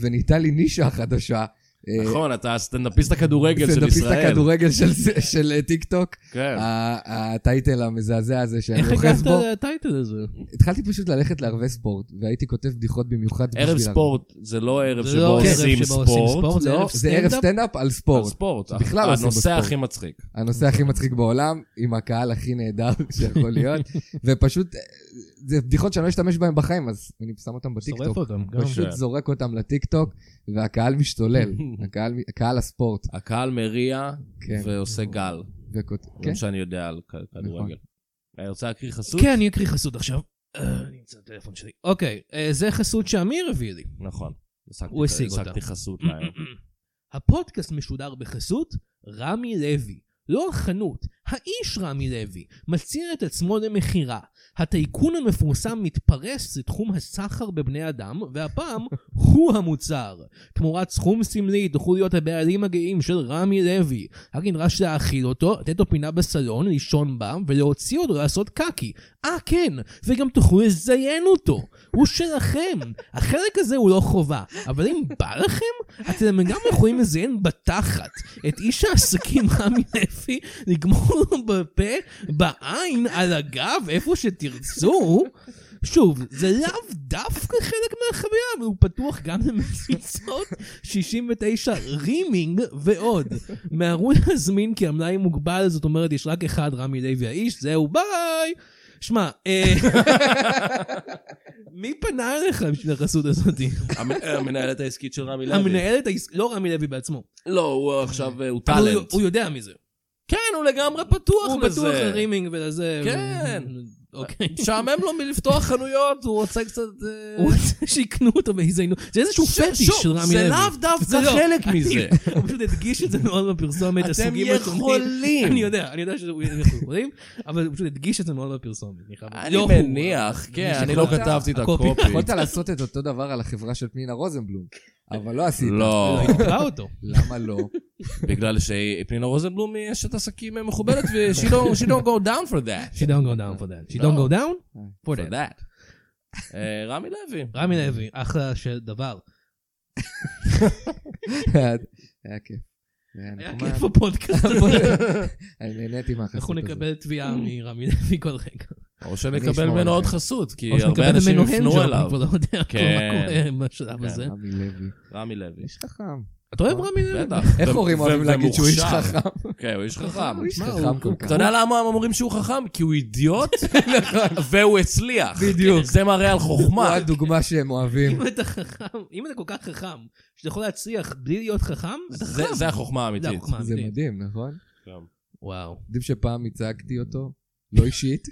Speaker 4: ו- וניתה לי נישה חדשה. אה,
Speaker 2: נכון, אתה הסטנדאפיסט הכדורגל של
Speaker 4: סטנדאפיסט
Speaker 2: ישראל.
Speaker 4: הכדורגל של- של אה, טיק טוק.
Speaker 2: כן.
Speaker 4: ה- הטייטל המזעזע הזה שאני
Speaker 3: איך
Speaker 4: אוחז
Speaker 3: הגעת
Speaker 4: בו.
Speaker 3: לטייטל הזה?
Speaker 4: התחלתי פשוט ללכת לערבי ספורט, והייתי כותב בדיחות במיוחד בשביל...
Speaker 2: ערב
Speaker 4: ערבי.
Speaker 2: ספורט זה לא ערב
Speaker 3: זה
Speaker 2: שבו
Speaker 3: לא ערב
Speaker 2: עושים
Speaker 3: שבו עושים
Speaker 2: ספורט.
Speaker 3: ספורט, זה
Speaker 4: לא,
Speaker 3: ערב
Speaker 4: זה ערב
Speaker 3: סטנדאפ?
Speaker 4: סטנדאפ על
Speaker 2: על
Speaker 4: ספורט.
Speaker 2: ספורט.
Speaker 3: לא
Speaker 4: בכלל עושים
Speaker 2: הנושא
Speaker 4: בספורט.
Speaker 2: הכי מצחיק.
Speaker 4: הנושא הכי מצחיק בעולם, עם הקהל הכי נהדר <laughs> שיכול להיות, ופשוט, אה, זה בדיחות שאני לא אשתמש בהן בחיים, אז אני שם אותן
Speaker 3: שורף
Speaker 4: בטיקטוק.
Speaker 3: אותם. גם.
Speaker 2: כן.
Speaker 4: פשוט זורק אותם לטיקטוק, והקהל
Speaker 2: <laughs>
Speaker 4: משתולל. הקהל- קהל הספורט,
Speaker 2: הקהל מריע
Speaker 4: כן.
Speaker 2: ועושה גל.
Speaker 4: וכות- כן?
Speaker 2: גם שאני יודע על כ- כדורגל. אני רוצה להקריא חסות?
Speaker 3: נכון. כן, אני אקריא חסות עכשיו. אה, אני אמצא את הטלפון שלי. אוקיי, אה, זה חסות שאמיר הביא לי.
Speaker 2: נכון. השגתי-
Speaker 3: הוא השיג אותה.
Speaker 2: השגתי חסות להם.
Speaker 3: הפודקאסט משודר בחסות רמי לוי. לא החנות, האיש רמי לוי, מציע את עצמו למכירה. הטייקון המפורסם מתפרס לתחום הסחר בבני אדם, והפעם הוא המוצר. תמורת סכום סמלי תוכלו להיות הבעלים הגאים של רמי לוי. רק נדרש להאכיל אותו, לתת לו פינה בסלון, לישון בה, ולהוציא אותו לעשות קקי. אה כן, וגם תוכלו לזיין אותו. הוא שלכם. החלק הזה הוא לא חובה, אבל אם בא לכם, אתם גם יכולים לזיין בתחת את איש העסקים רמי לוי, לגמור לו בפה, בעין, על הגב, איפה שתרצו. שוב, זה לאו דווקא חלק מהחוויה, אבל הוא פתוח גם למציצות 69 רימינג ועוד. מהרו להזמין כי המלאי מוגבל, זאת אומרת, יש רק אחד, רמי לוי האיש, זהו, ביי! שמע, אה, מי פנה אליך בשביל החסות
Speaker 2: <laughs>
Speaker 3: הזאת?
Speaker 2: המ- המנהלת העסקית של רמי לוי.
Speaker 3: המנהלת, העס- לא רמי לוי בעצמו.
Speaker 2: לא, הוא עכשיו, אה, הוא
Speaker 3: אבל הוא-
Speaker 2: טאלנט.
Speaker 3: הוא יודע מי זה.
Speaker 2: כן, הוא לגמרי פתוח
Speaker 3: הוא
Speaker 2: לזה.
Speaker 3: בטוח לרימינג ולזה.
Speaker 2: <laughs> כן.
Speaker 3: הוא- אוקיי.
Speaker 2: משעמם לו מלפתוח חנויות, הוא רוצה קצת... אה,
Speaker 3: <laughs> הוא רוצה שיקנו אותו בהזדמנות. זה איזשהו
Speaker 2: ש-
Speaker 3: פטיש
Speaker 2: שוב,
Speaker 3: של רמי לוי.
Speaker 2: זה לאו
Speaker 3: זה
Speaker 2: דווקא
Speaker 3: לא.
Speaker 2: חלק מזה.
Speaker 3: <laughs> הוא פשוט הדגיש את זה מאוד בפרסומת,
Speaker 2: אתם
Speaker 3: הסוגים השונים.
Speaker 2: יכולים.
Speaker 3: אני יודע, אני יודע שאתם יכולים, אבל הוא פשוט הדגיש את זה מאוד בפרסומת. אני חייב-
Speaker 2: אני
Speaker 3: לא הוא,
Speaker 2: מניח, כן, אני לא
Speaker 4: שיכולת-
Speaker 2: כתבתי את
Speaker 3: הקופי.
Speaker 2: הקופי.
Speaker 4: יכולת לעשות את אותו דבר על החברה של פנינה רוזנבלום, אבל לא עשית.
Speaker 2: לא,
Speaker 3: לא, היא טיפלה
Speaker 2: <laughs>
Speaker 3: אותו.
Speaker 4: למה לא?
Speaker 2: בגלל שפנינה רוזנבלום היא אשת עסקים
Speaker 3: <laughs>
Speaker 2: מכובדת, ו-she don't- she don't go down for that.
Speaker 3: She don't go down for that. She don't
Speaker 2: לא.
Speaker 3: go down
Speaker 2: for
Speaker 3: for that.
Speaker 2: that. אה, רמי לוי.
Speaker 3: רמי לוי, אחלה של דבר.
Speaker 4: היה כיף. היה
Speaker 3: היה
Speaker 4: נחמד.
Speaker 3: כיף
Speaker 2: <laughs>
Speaker 3: בפודקאסט הזה.
Speaker 4: <laughs> אני נהניתי מהחסות
Speaker 3: אנחנו
Speaker 4: הזאת.
Speaker 3: נקבל
Speaker 2: Mm.
Speaker 3: תביעה מרמי <laughs> לוי כל רגע.
Speaker 2: או
Speaker 4: אני אשמור
Speaker 2: שנקבל ממנו עוד
Speaker 4: עליכם.
Speaker 2: חסות, כי
Speaker 3: או
Speaker 2: הרבה
Speaker 3: שנקבל
Speaker 2: אנשים
Speaker 3: ממנו
Speaker 2: יפנו
Speaker 3: הנג'וב, אני
Speaker 2: אליו.
Speaker 3: כבר לא יודע כבר
Speaker 2: כן.
Speaker 3: <laughs> מה קורה בשלב
Speaker 2: כן.
Speaker 3: הזה.
Speaker 4: רמי לוי.
Speaker 2: רמי לוי.
Speaker 4: איש חכם.
Speaker 3: אתה אוהב רמי לוי?
Speaker 2: בטח.
Speaker 4: איך
Speaker 2: ו-
Speaker 4: הורים
Speaker 2: ו-
Speaker 4: אוהבים להגיד שהוא איש
Speaker 2: ומוכשר.
Speaker 4: חכם?
Speaker 2: כן, הוא איש חכם.
Speaker 4: הוא איש
Speaker 3: מה,
Speaker 4: חכם
Speaker 3: הוא-
Speaker 4: כל כך.
Speaker 2: אתה יודע למה הם אומרים שהוא חכם? כי הוא אידיוט,
Speaker 4: <laughs>
Speaker 2: והוא הצליח.
Speaker 4: נכון. בדיוק.
Speaker 2: זה מראה על
Speaker 4: הוא
Speaker 2: חוכמה.
Speaker 4: הדוגמה שהם אוהבים.
Speaker 3: אם אתה חכם, אם אתה כל כך חכם, שאתה יכול להצליח בלי להיות חכם, אתה
Speaker 2: זה-
Speaker 3: חכם.
Speaker 2: זה החוכמה
Speaker 3: זה
Speaker 2: האמיתית.
Speaker 3: החוכמה
Speaker 4: נכון. זה
Speaker 3: האמיתית.
Speaker 4: מדהים, נכון?
Speaker 3: וואו.
Speaker 4: יודעים שפעם ייצגתי אותו? לא אישית, <laughs>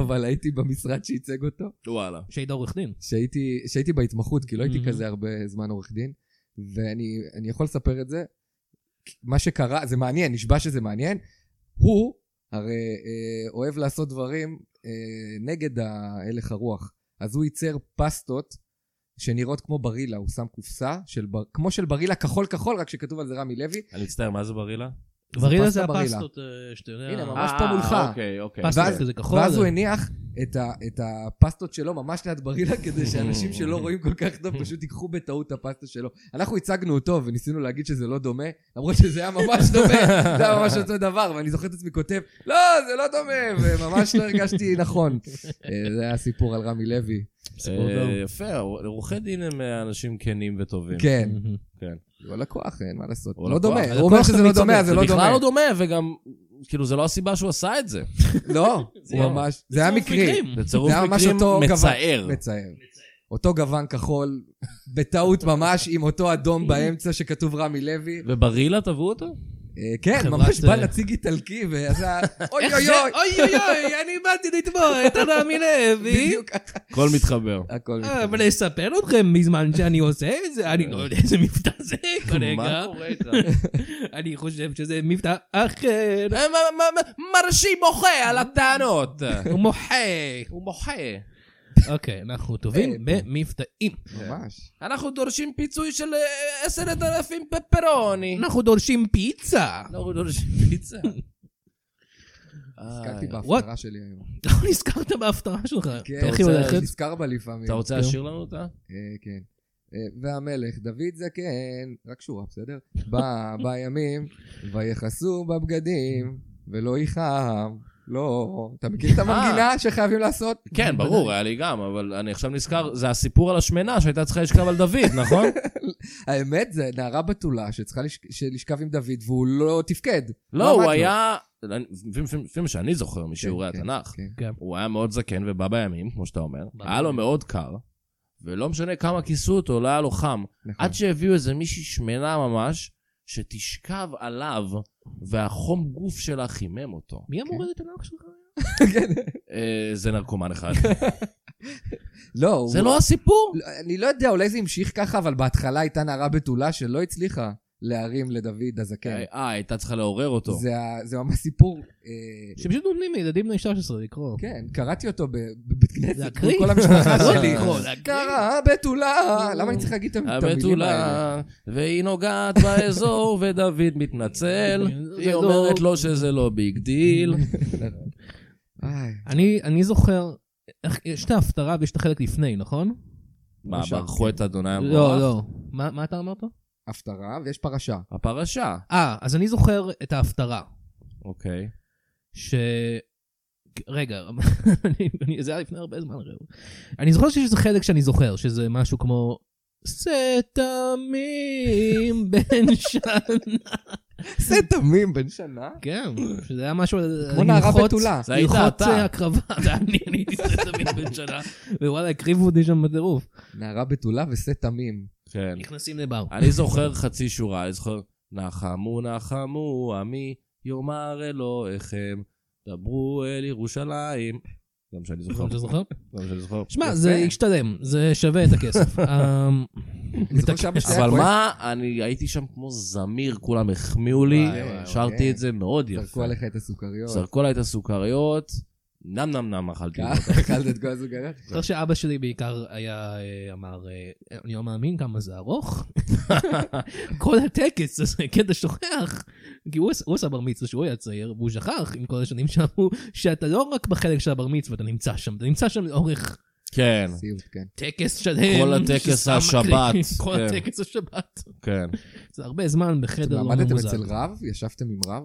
Speaker 4: אבל הייתי במשרד שייצג אותו.
Speaker 2: וואלה.
Speaker 3: שהיית עורך דין.
Speaker 4: שהייתי, שהייתי בהתמחות, כי לא הייתי
Speaker 3: Mhm.
Speaker 4: כזה הרבה זמן עורך דין, ואני אני יכול לספר את זה. מה שקרה, זה מעניין, נשבע שזה מעניין. הוא הרי אה, אוהב לעשות דברים אה, נגד ה- הלך הרוח. אז הוא ייצר פסטות שנראות כמו ברילה, הוא שם קופסה, של בר, כמו של ברילה כחול כחול, רק שכתוב על זה רמי לוי.
Speaker 2: אני מצטער, מה זה ברילה?
Speaker 3: ברילה זה
Speaker 4: פסטה ברילה.
Speaker 3: הפסטות אה, שאתה יודע.
Speaker 4: הנה, כן, ממש
Speaker 2: אה,
Speaker 4: פה מולך.
Speaker 2: אוקיי, אוקיי.
Speaker 4: ואז-
Speaker 3: פסטות כזה כחול.
Speaker 4: ואז הוא
Speaker 3: זה-
Speaker 4: הניח את, ה, את הפסטות שלו ממש ליד ברילה, כדי שאנשים שלא רואים כל כך טוב פשוט ייקחו בטעות את הפסטה שלו. אנחנו הצגנו אותו וניסינו להגיד שזה לא דומה, למרות שזה היה ממש דומה, זה היה ממש אותו דבר, ואני זוכר את עצמי כותב, לא, זה לא דומה, וממש לא הרגשתי נכון. אה, זה היה סיפור על רמי לוי.
Speaker 3: סיפור
Speaker 2: אה,
Speaker 3: טוב.
Speaker 2: יפה, עורכי דין הם אה, אנשים כנים וטובים.
Speaker 4: כן,
Speaker 3: מהמם.
Speaker 4: הוא הלקוח, אין מה לעשות.
Speaker 2: הוא
Speaker 4: לא
Speaker 2: לקוח.
Speaker 4: דומה,
Speaker 2: הלקוח
Speaker 4: הוא אומר שזה
Speaker 2: תמיד
Speaker 4: לא דומה,
Speaker 2: צודק,
Speaker 4: אז זה לא דומה.
Speaker 2: בכלל לא דומה, וגם, כאילו, זה לא הסיבה שהוא עשה
Speaker 4: <laughs>
Speaker 2: את זה.
Speaker 4: לא, הוא
Speaker 2: לא.
Speaker 4: ממש, זה היה
Speaker 3: צירוף
Speaker 4: מקרי.
Speaker 3: מקרים.
Speaker 2: זה צירוף
Speaker 4: זה היה ממש
Speaker 2: מקרים
Speaker 4: אותו גוון.
Speaker 2: מצער.
Speaker 4: מצער. אותו גוון כחול, בטעות ממש, עם אותו אדום באמצע שכתוב רמי לוי.
Speaker 2: וברילה תבעו אותו?
Speaker 4: אה, כן,
Speaker 3: חברת,
Speaker 4: ממש בא
Speaker 3: אה,
Speaker 4: נציג איטלקי, ועשה,
Speaker 3: <laughs>
Speaker 4: אוי
Speaker 3: איך
Speaker 4: אוי
Speaker 3: זה?
Speaker 4: אוי,
Speaker 3: אוי אוי אוי, אני באתי לתבוע את הרמי לוי.
Speaker 4: בדיוק ככה.
Speaker 2: הכל מתחבר.
Speaker 4: הכל
Speaker 3: אה,
Speaker 4: מתחבר.
Speaker 3: אבל אספר לכם מזמן שאני עושה את זה, אני לא יודע איזה מבטא זה
Speaker 2: <laughs> מה
Speaker 3: כרגע.
Speaker 2: קורה איתך?
Speaker 3: אני חושב שזה מבטא אחר.
Speaker 2: אה, מה- מה- מה- מרשי בוכה על הטענות.
Speaker 3: הוא מוחה.
Speaker 2: הוא בוכה.
Speaker 3: אוקיי, אנחנו טובים במבטאים.
Speaker 4: ממש.
Speaker 2: אנחנו דורשים פיצוי של אה, עשרת אלפים פפרוני.
Speaker 3: אנחנו דורשים פיצה.
Speaker 2: אנחנו דורשים אה, פיצה.
Speaker 4: נזכרתי
Speaker 3: אה,
Speaker 2: איי.
Speaker 4: בהפטרה שלי היום.
Speaker 3: לא נזכרת בהפטרה שלך.
Speaker 4: כן,
Speaker 3: איך היא
Speaker 2: רוצה-
Speaker 3: הולכת?
Speaker 4: נזכר בה לפעמים.
Speaker 2: אתה רוצה לשיר לנו אותה?
Speaker 4: אה, כן. אה, והמלך דוד זקן, רק שורה, בסדר? בא
Speaker 3: <laughs>
Speaker 4: בימים, ויכסו בבגדים, ולא ייחם. לא, אתה מכיר
Speaker 3: אה.
Speaker 4: את המנגינה שחייבים לעשות?
Speaker 2: כן, ברור, היה לי גם, אבל אני עכשיו נזכר, זה הסיפור על השמנה שהייתה צריכה לשכב על דוד, <laughs> נכון?
Speaker 4: האמת, זה נערה בתולה שצריכה לש... לשכב עם דוד והוא לא תפקד.
Speaker 2: לא, הוא
Speaker 4: עמד לו.
Speaker 2: היה, אני- לפי- לפי לפי מה שאני זוכר משיעורי
Speaker 4: כן,
Speaker 2: התנ"ך,
Speaker 4: כן.
Speaker 3: כן.
Speaker 2: הוא היה מאוד זקן ובא בימים, כמו שאתה אומר,
Speaker 3: בא
Speaker 2: היה לו
Speaker 3: בימים.
Speaker 2: מאוד קר, ולא משנה כמה כיסו אותו, לא היה לו חם.
Speaker 4: נכון.
Speaker 2: עד שהביאו איזה מישהי שמנה ממש, שתשכב עליו, והחום גוף שלה חימם אותו.
Speaker 3: מי המורה לתנ"ך שלך?
Speaker 2: אה, זה נרקומן אחד.
Speaker 4: לא, הוא...
Speaker 2: זה לא הסיפור.
Speaker 4: לא, אני לא יודע, אולי זה המשיך ככה, אבל בהתחלה הייתה נערה בתולה שלא הצליחה להרים לדוד
Speaker 3: כן.
Speaker 4: הזקן.
Speaker 2: אה, הייתה צריכה לעורר אותו.
Speaker 4: זה, ה- זה ממש סיפור... אה,
Speaker 3: שפשוט נותנים לילדים בני 13 לקרוא.
Speaker 4: כן, קראתי אותו ב- בבית כנסת, מול
Speaker 3: להקריא.
Speaker 2: <laughs>
Speaker 3: <laughs>
Speaker 4: כל המשפחה
Speaker 3: לא
Speaker 4: שלי.
Speaker 2: נכון.
Speaker 3: לקרוא, להקריא.
Speaker 4: קרה בתולה! למה אני צריך להגיד את המילים האלה?
Speaker 2: הבתולה, והיא נוגעת באזור, <laughs> ודוד
Speaker 3: <laughs>
Speaker 2: מתנצל. היא אומרת לו שזה לא ביג דיל.
Speaker 4: איי,
Speaker 3: אני- אני זוכר, איך- יש את ההפטרה ויש את החלק לפני, נכון?
Speaker 2: מה,
Speaker 4: למשל,
Speaker 2: ברחו את אדוני המוח?
Speaker 3: לא, לא. מה מה אתה אמרת?
Speaker 4: הפטרה ויש פרשה.
Speaker 2: הפרשה,
Speaker 3: אה, אז אני זוכר את ההפטרה.
Speaker 2: אוקיי.
Speaker 3: ש... רגע, <laughs> אני, אני, זה היה לפני הרבה זמן, ראו. אני זוכר שיש איזה חלק שאני זוכר, שזה משהו <laughs> כמו... סתמים בן שנה.
Speaker 4: זה תמים, בן שנה.
Speaker 3: כן, שזה היה משהו...
Speaker 4: כמו נערה בתולה.
Speaker 2: זה היית
Speaker 3: ללחוץ
Speaker 2: אתה.
Speaker 3: אה, הקרבה, <laughs> זה אני, אני הייתי סט תמים בן שנה, ווואלה, הקריבו אותי שם בטירוף.
Speaker 4: נערה בתולה ושה תמים.
Speaker 2: כן.
Speaker 3: נכנסים לבר.
Speaker 2: אני זוכר חצי שורה, אני זוכר, נחמו נחמו עמי, יאמר אלוהיכם, דברו אל ירושלים. זה מה שאני
Speaker 3: זה
Speaker 2: זוכר.
Speaker 3: מה שאתה זוכר?
Speaker 2: זה מה שאני זוכר.
Speaker 3: שמע,
Speaker 4: יפה.
Speaker 3: זה השתלם, זה שווה את הכסף. אמ,
Speaker 4: אני זוכר
Speaker 3: מתק-
Speaker 4: שאבא שלי היה
Speaker 2: אבל
Speaker 4: כועס.
Speaker 2: מה, אני הייתי שם כמו זמיר, כולם החמיאו לי,
Speaker 3: וואי, וואי,
Speaker 2: שרתי
Speaker 4: כן.
Speaker 2: את זה מאוד יפה.
Speaker 4: זרקו עליך את הסוכריות.
Speaker 2: זרקו עליי את הסוכריות, נם נם נם אכלתי.
Speaker 4: אכלת את כל הסוכריות?
Speaker 2: כן.
Speaker 3: זוכר שאבא שלי בעיקר היה, אה, אמר, אה, אני לא מאמין כמה זה
Speaker 2: <laughs>
Speaker 3: ארוך. כל הטקס הזה, קטע שוכח. כי הוא עש- הוא עשה בר מצווה שהוא היה צעיר, והוא שכח עם כל השנים שאמרו שאתה לא רק בחלק של הבר מצווה, אתה נמצא שם, אתה נמצא שם לאורך
Speaker 2: כן,
Speaker 4: סיוט, כן.
Speaker 3: טקס שלם.
Speaker 2: כל הטקס
Speaker 3: ששם
Speaker 2: השבת,
Speaker 3: מקליט, כל
Speaker 2: כן.
Speaker 3: הטקס השבת.
Speaker 2: כן.
Speaker 3: זה הרבה זמן
Speaker 4: אתם
Speaker 3: בחדר לא ממוזג.
Speaker 4: עמדתם אצל רב? ישבתם עם רב?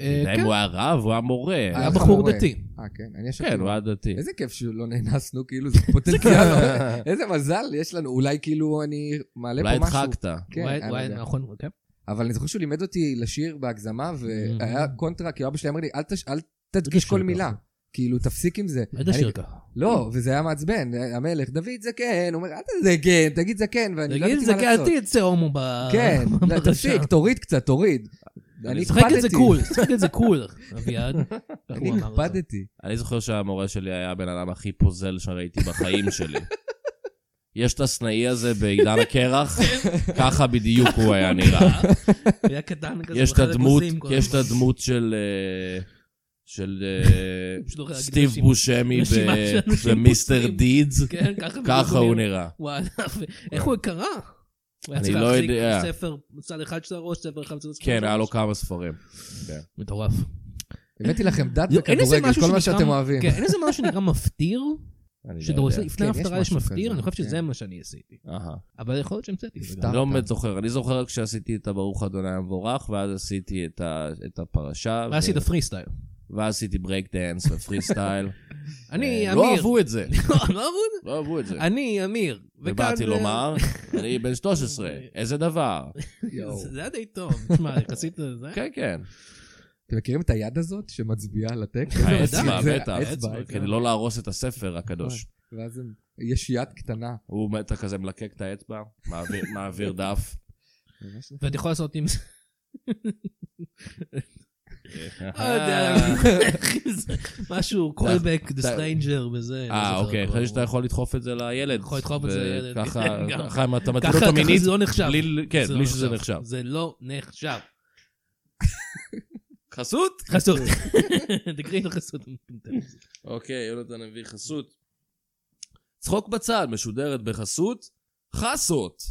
Speaker 3: אה,
Speaker 2: אתה יודע,
Speaker 3: כן,
Speaker 2: אם הוא היה רב, הוא היה מורה.
Speaker 3: היה
Speaker 4: אה,
Speaker 3: בחור
Speaker 4: חמורה.
Speaker 3: דתי.
Speaker 4: אה, כן, אני ישבתי.
Speaker 2: כן,
Speaker 4: עם
Speaker 2: הוא
Speaker 4: רב.
Speaker 2: היה דתי.
Speaker 4: איזה כיף שלא נאנסנו, כאילו, זה פוטנציאל. <laughs> איזה מזל יש לנו. אולי כאילו אני מעלה
Speaker 2: כן. אולי
Speaker 4: פה משהו.
Speaker 2: הדחקת.
Speaker 4: כן,
Speaker 3: וואי,
Speaker 4: אני לא
Speaker 3: וואי,
Speaker 4: יודע.
Speaker 3: נכון, כן.
Speaker 4: אבל אני זוכר שהוא לימד אותי לשיר בהגזמה, והיה
Speaker 2: Mm-hmm.
Speaker 3: Mhm.
Speaker 4: קונטרה, כי אבא שלי אמר לי, "אל תש- אל תדגיש כל
Speaker 3: תשיר
Speaker 4: מילה. כאילו, תפסיק עם זה.
Speaker 3: איזה
Speaker 4: אני-
Speaker 3: שיר ככה.
Speaker 2: Mm.
Speaker 4: לא, וזה היה מעצבן, המלך, דוד זקן, הוא אומר, אל תזקן, תגיד זקן, ואני לא
Speaker 3: תגיד,
Speaker 4: ידעתי
Speaker 3: זה
Speaker 4: מה
Speaker 2: כן,
Speaker 3: כי אל
Speaker 4: לעשות.
Speaker 3: תצא הומו ב... <laughs>
Speaker 4: כן, לא,
Speaker 3: ברשם.
Speaker 4: תפסיק, תוריד קצת, תוריד. אני
Speaker 3: שחק את זה
Speaker 4: הקפדתי.
Speaker 3: קול, שחק את זה קול,
Speaker 4: <laughs>
Speaker 3: אביעד. כך
Speaker 4: אני
Speaker 3: הוא אמר את זה.
Speaker 4: הקפדתי.
Speaker 2: אני זוכר שהמורה שלי היה הבן אדם הכי פוזל שראיתי
Speaker 3: <laughs>
Speaker 2: בחיים שלי. יש את הסנאי הזה בעידן הקרח, ככה בדיוק הוא היה נראה.
Speaker 4: <laughs>
Speaker 3: הוא היה קטן כזה,
Speaker 2: יש את
Speaker 3: בחדר
Speaker 2: הדמות,
Speaker 3: כוסים כל
Speaker 2: יש את
Speaker 3: הזמן.
Speaker 2: הדמות של... אה, של אה,
Speaker 3: <laughs> פשוט אוכל להגיד
Speaker 2: סטיב
Speaker 3: רשימה-
Speaker 2: בושמי
Speaker 3: רשימה
Speaker 2: ב-
Speaker 3: של אנשים
Speaker 2: במיסטר
Speaker 3: פוזלים.
Speaker 2: דידס,
Speaker 3: <laughs> כן, ככה בדיוק
Speaker 2: ככה הוא
Speaker 3: נראה.
Speaker 2: נראה.
Speaker 3: וואלה, ו- איך הוא קרא? הוא היה
Speaker 2: אני
Speaker 3: צריך
Speaker 2: לא
Speaker 3: להחזיק
Speaker 2: יודע.
Speaker 3: ספר מצד אחד של הראש, ספר אחד מצד השני.
Speaker 2: כן, היה לו כמה ספרים.
Speaker 3: מטורף.
Speaker 4: הבאתי לכם דת
Speaker 3: לא, אין איזה
Speaker 4: וכדורגל,
Speaker 3: משהו
Speaker 4: כל מה
Speaker 3: שנקרא-
Speaker 4: שאתם אוהבים.
Speaker 3: כן, אין איזה משהו שנקרא מפטיר,
Speaker 2: אני
Speaker 3: שאתה
Speaker 2: לא
Speaker 3: עושה,
Speaker 2: יודע.
Speaker 3: לפני
Speaker 4: כן, יש
Speaker 3: ההפטרה יש
Speaker 4: משהו
Speaker 3: מפטיר,
Speaker 4: כזה,
Speaker 3: אני חושב שזה
Speaker 4: כן.
Speaker 3: מה שאני עשיתי.
Speaker 2: אהה.
Speaker 3: אבל יכול להיות שהמצאתי.
Speaker 4: נפטר.
Speaker 2: אני לא באמת זוכר, אני זוכר רק שעשיתי את הברוך אדוני המבורך, ואז עשיתי את ה- את הפרשה, ו-
Speaker 3: ועשית פרי סטייל.
Speaker 2: ואז עשיתי ברייק דאנס ופרי
Speaker 3: <laughs>
Speaker 2: סטייל.
Speaker 3: אני,
Speaker 2: אה,
Speaker 3: אמיר.
Speaker 2: לא אהבו את זה,
Speaker 3: <laughs> לא אהבו את
Speaker 2: <laughs> לא אהבו את זה.
Speaker 3: זה. אני, אמיר. וכאן אה,
Speaker 2: ובאתי
Speaker 3: זה- <laughs>
Speaker 2: לומר, אני בן 13, איזה דבר.
Speaker 3: אה,
Speaker 4: יואו.
Speaker 3: זה היה די טוב.
Speaker 4: <laughs>
Speaker 3: תשמע, יחסית לזה.
Speaker 2: כן,
Speaker 3: <laughs>
Speaker 2: כן.
Speaker 4: אתם מכירים את היד הזאת שמצביעה על הטקסט?
Speaker 3: האצבע, אה.
Speaker 2: האצבע,
Speaker 4: זה
Speaker 2: בטח,
Speaker 4: האצבע,
Speaker 2: האצבע,
Speaker 4: כן.
Speaker 2: כדי לא להרוס את הספר הקדוש.
Speaker 4: ואז הם- יש יד קטנה.
Speaker 2: הוא אתה כזה מלקק את האצבע,
Speaker 3: <laughs>
Speaker 2: מעביר- מעביר דף.
Speaker 4: ממש נכון.
Speaker 3: ואתה יכול לעשות עם זה. לא יודע,
Speaker 2: אה,
Speaker 3: <laughs> זה משהו קולבק, The
Speaker 2: אתה-
Speaker 3: Stranger וזה. לא
Speaker 2: אה, אוקיי,
Speaker 3: אחרי
Speaker 2: חשבתי שאתה יכול לדחוף את זה לילד.
Speaker 3: יכול לדחוף את זה לילד,
Speaker 2: וככה,
Speaker 3: כן, <laughs> גם.
Speaker 2: ככה, אם אתה מטיל
Speaker 3: ככה
Speaker 2: אותו
Speaker 3: ככה
Speaker 2: מינית,
Speaker 3: זה לא נחשב.
Speaker 2: בלי- כן,
Speaker 3: זה לא
Speaker 2: בלי שזה נחשב.
Speaker 3: זה לא נחשב.
Speaker 2: חסות?
Speaker 3: <laughs> חסות. תקראי לו חסות.
Speaker 2: אוקיי, יונתן מביא חסות. צחוק בצד, משודרת בחסות חסות.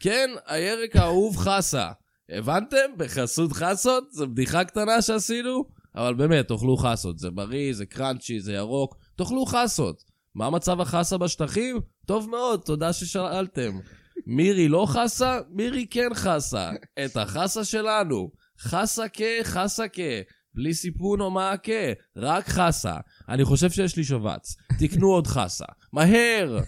Speaker 2: כן, הירק האהוב חסה. הבנתם? בחסות חסות? זו בדיחה קטנה שעשינו, אבל באמת, תאכלו חסות. זה בריא, זה קראנצ'י, זה ירוק. תאכלו חסות. מה מצב החסה בשטחים? טוב מאוד, תודה ששאלתם. מירי לא חסה? מירי כן חסה. את החסה שלנו. חסה כה, חסה כה. בלי סיפון או מעקה, רק חסה. אני חושב שיש לי שבץ. תקנו עוד חסה. מהר!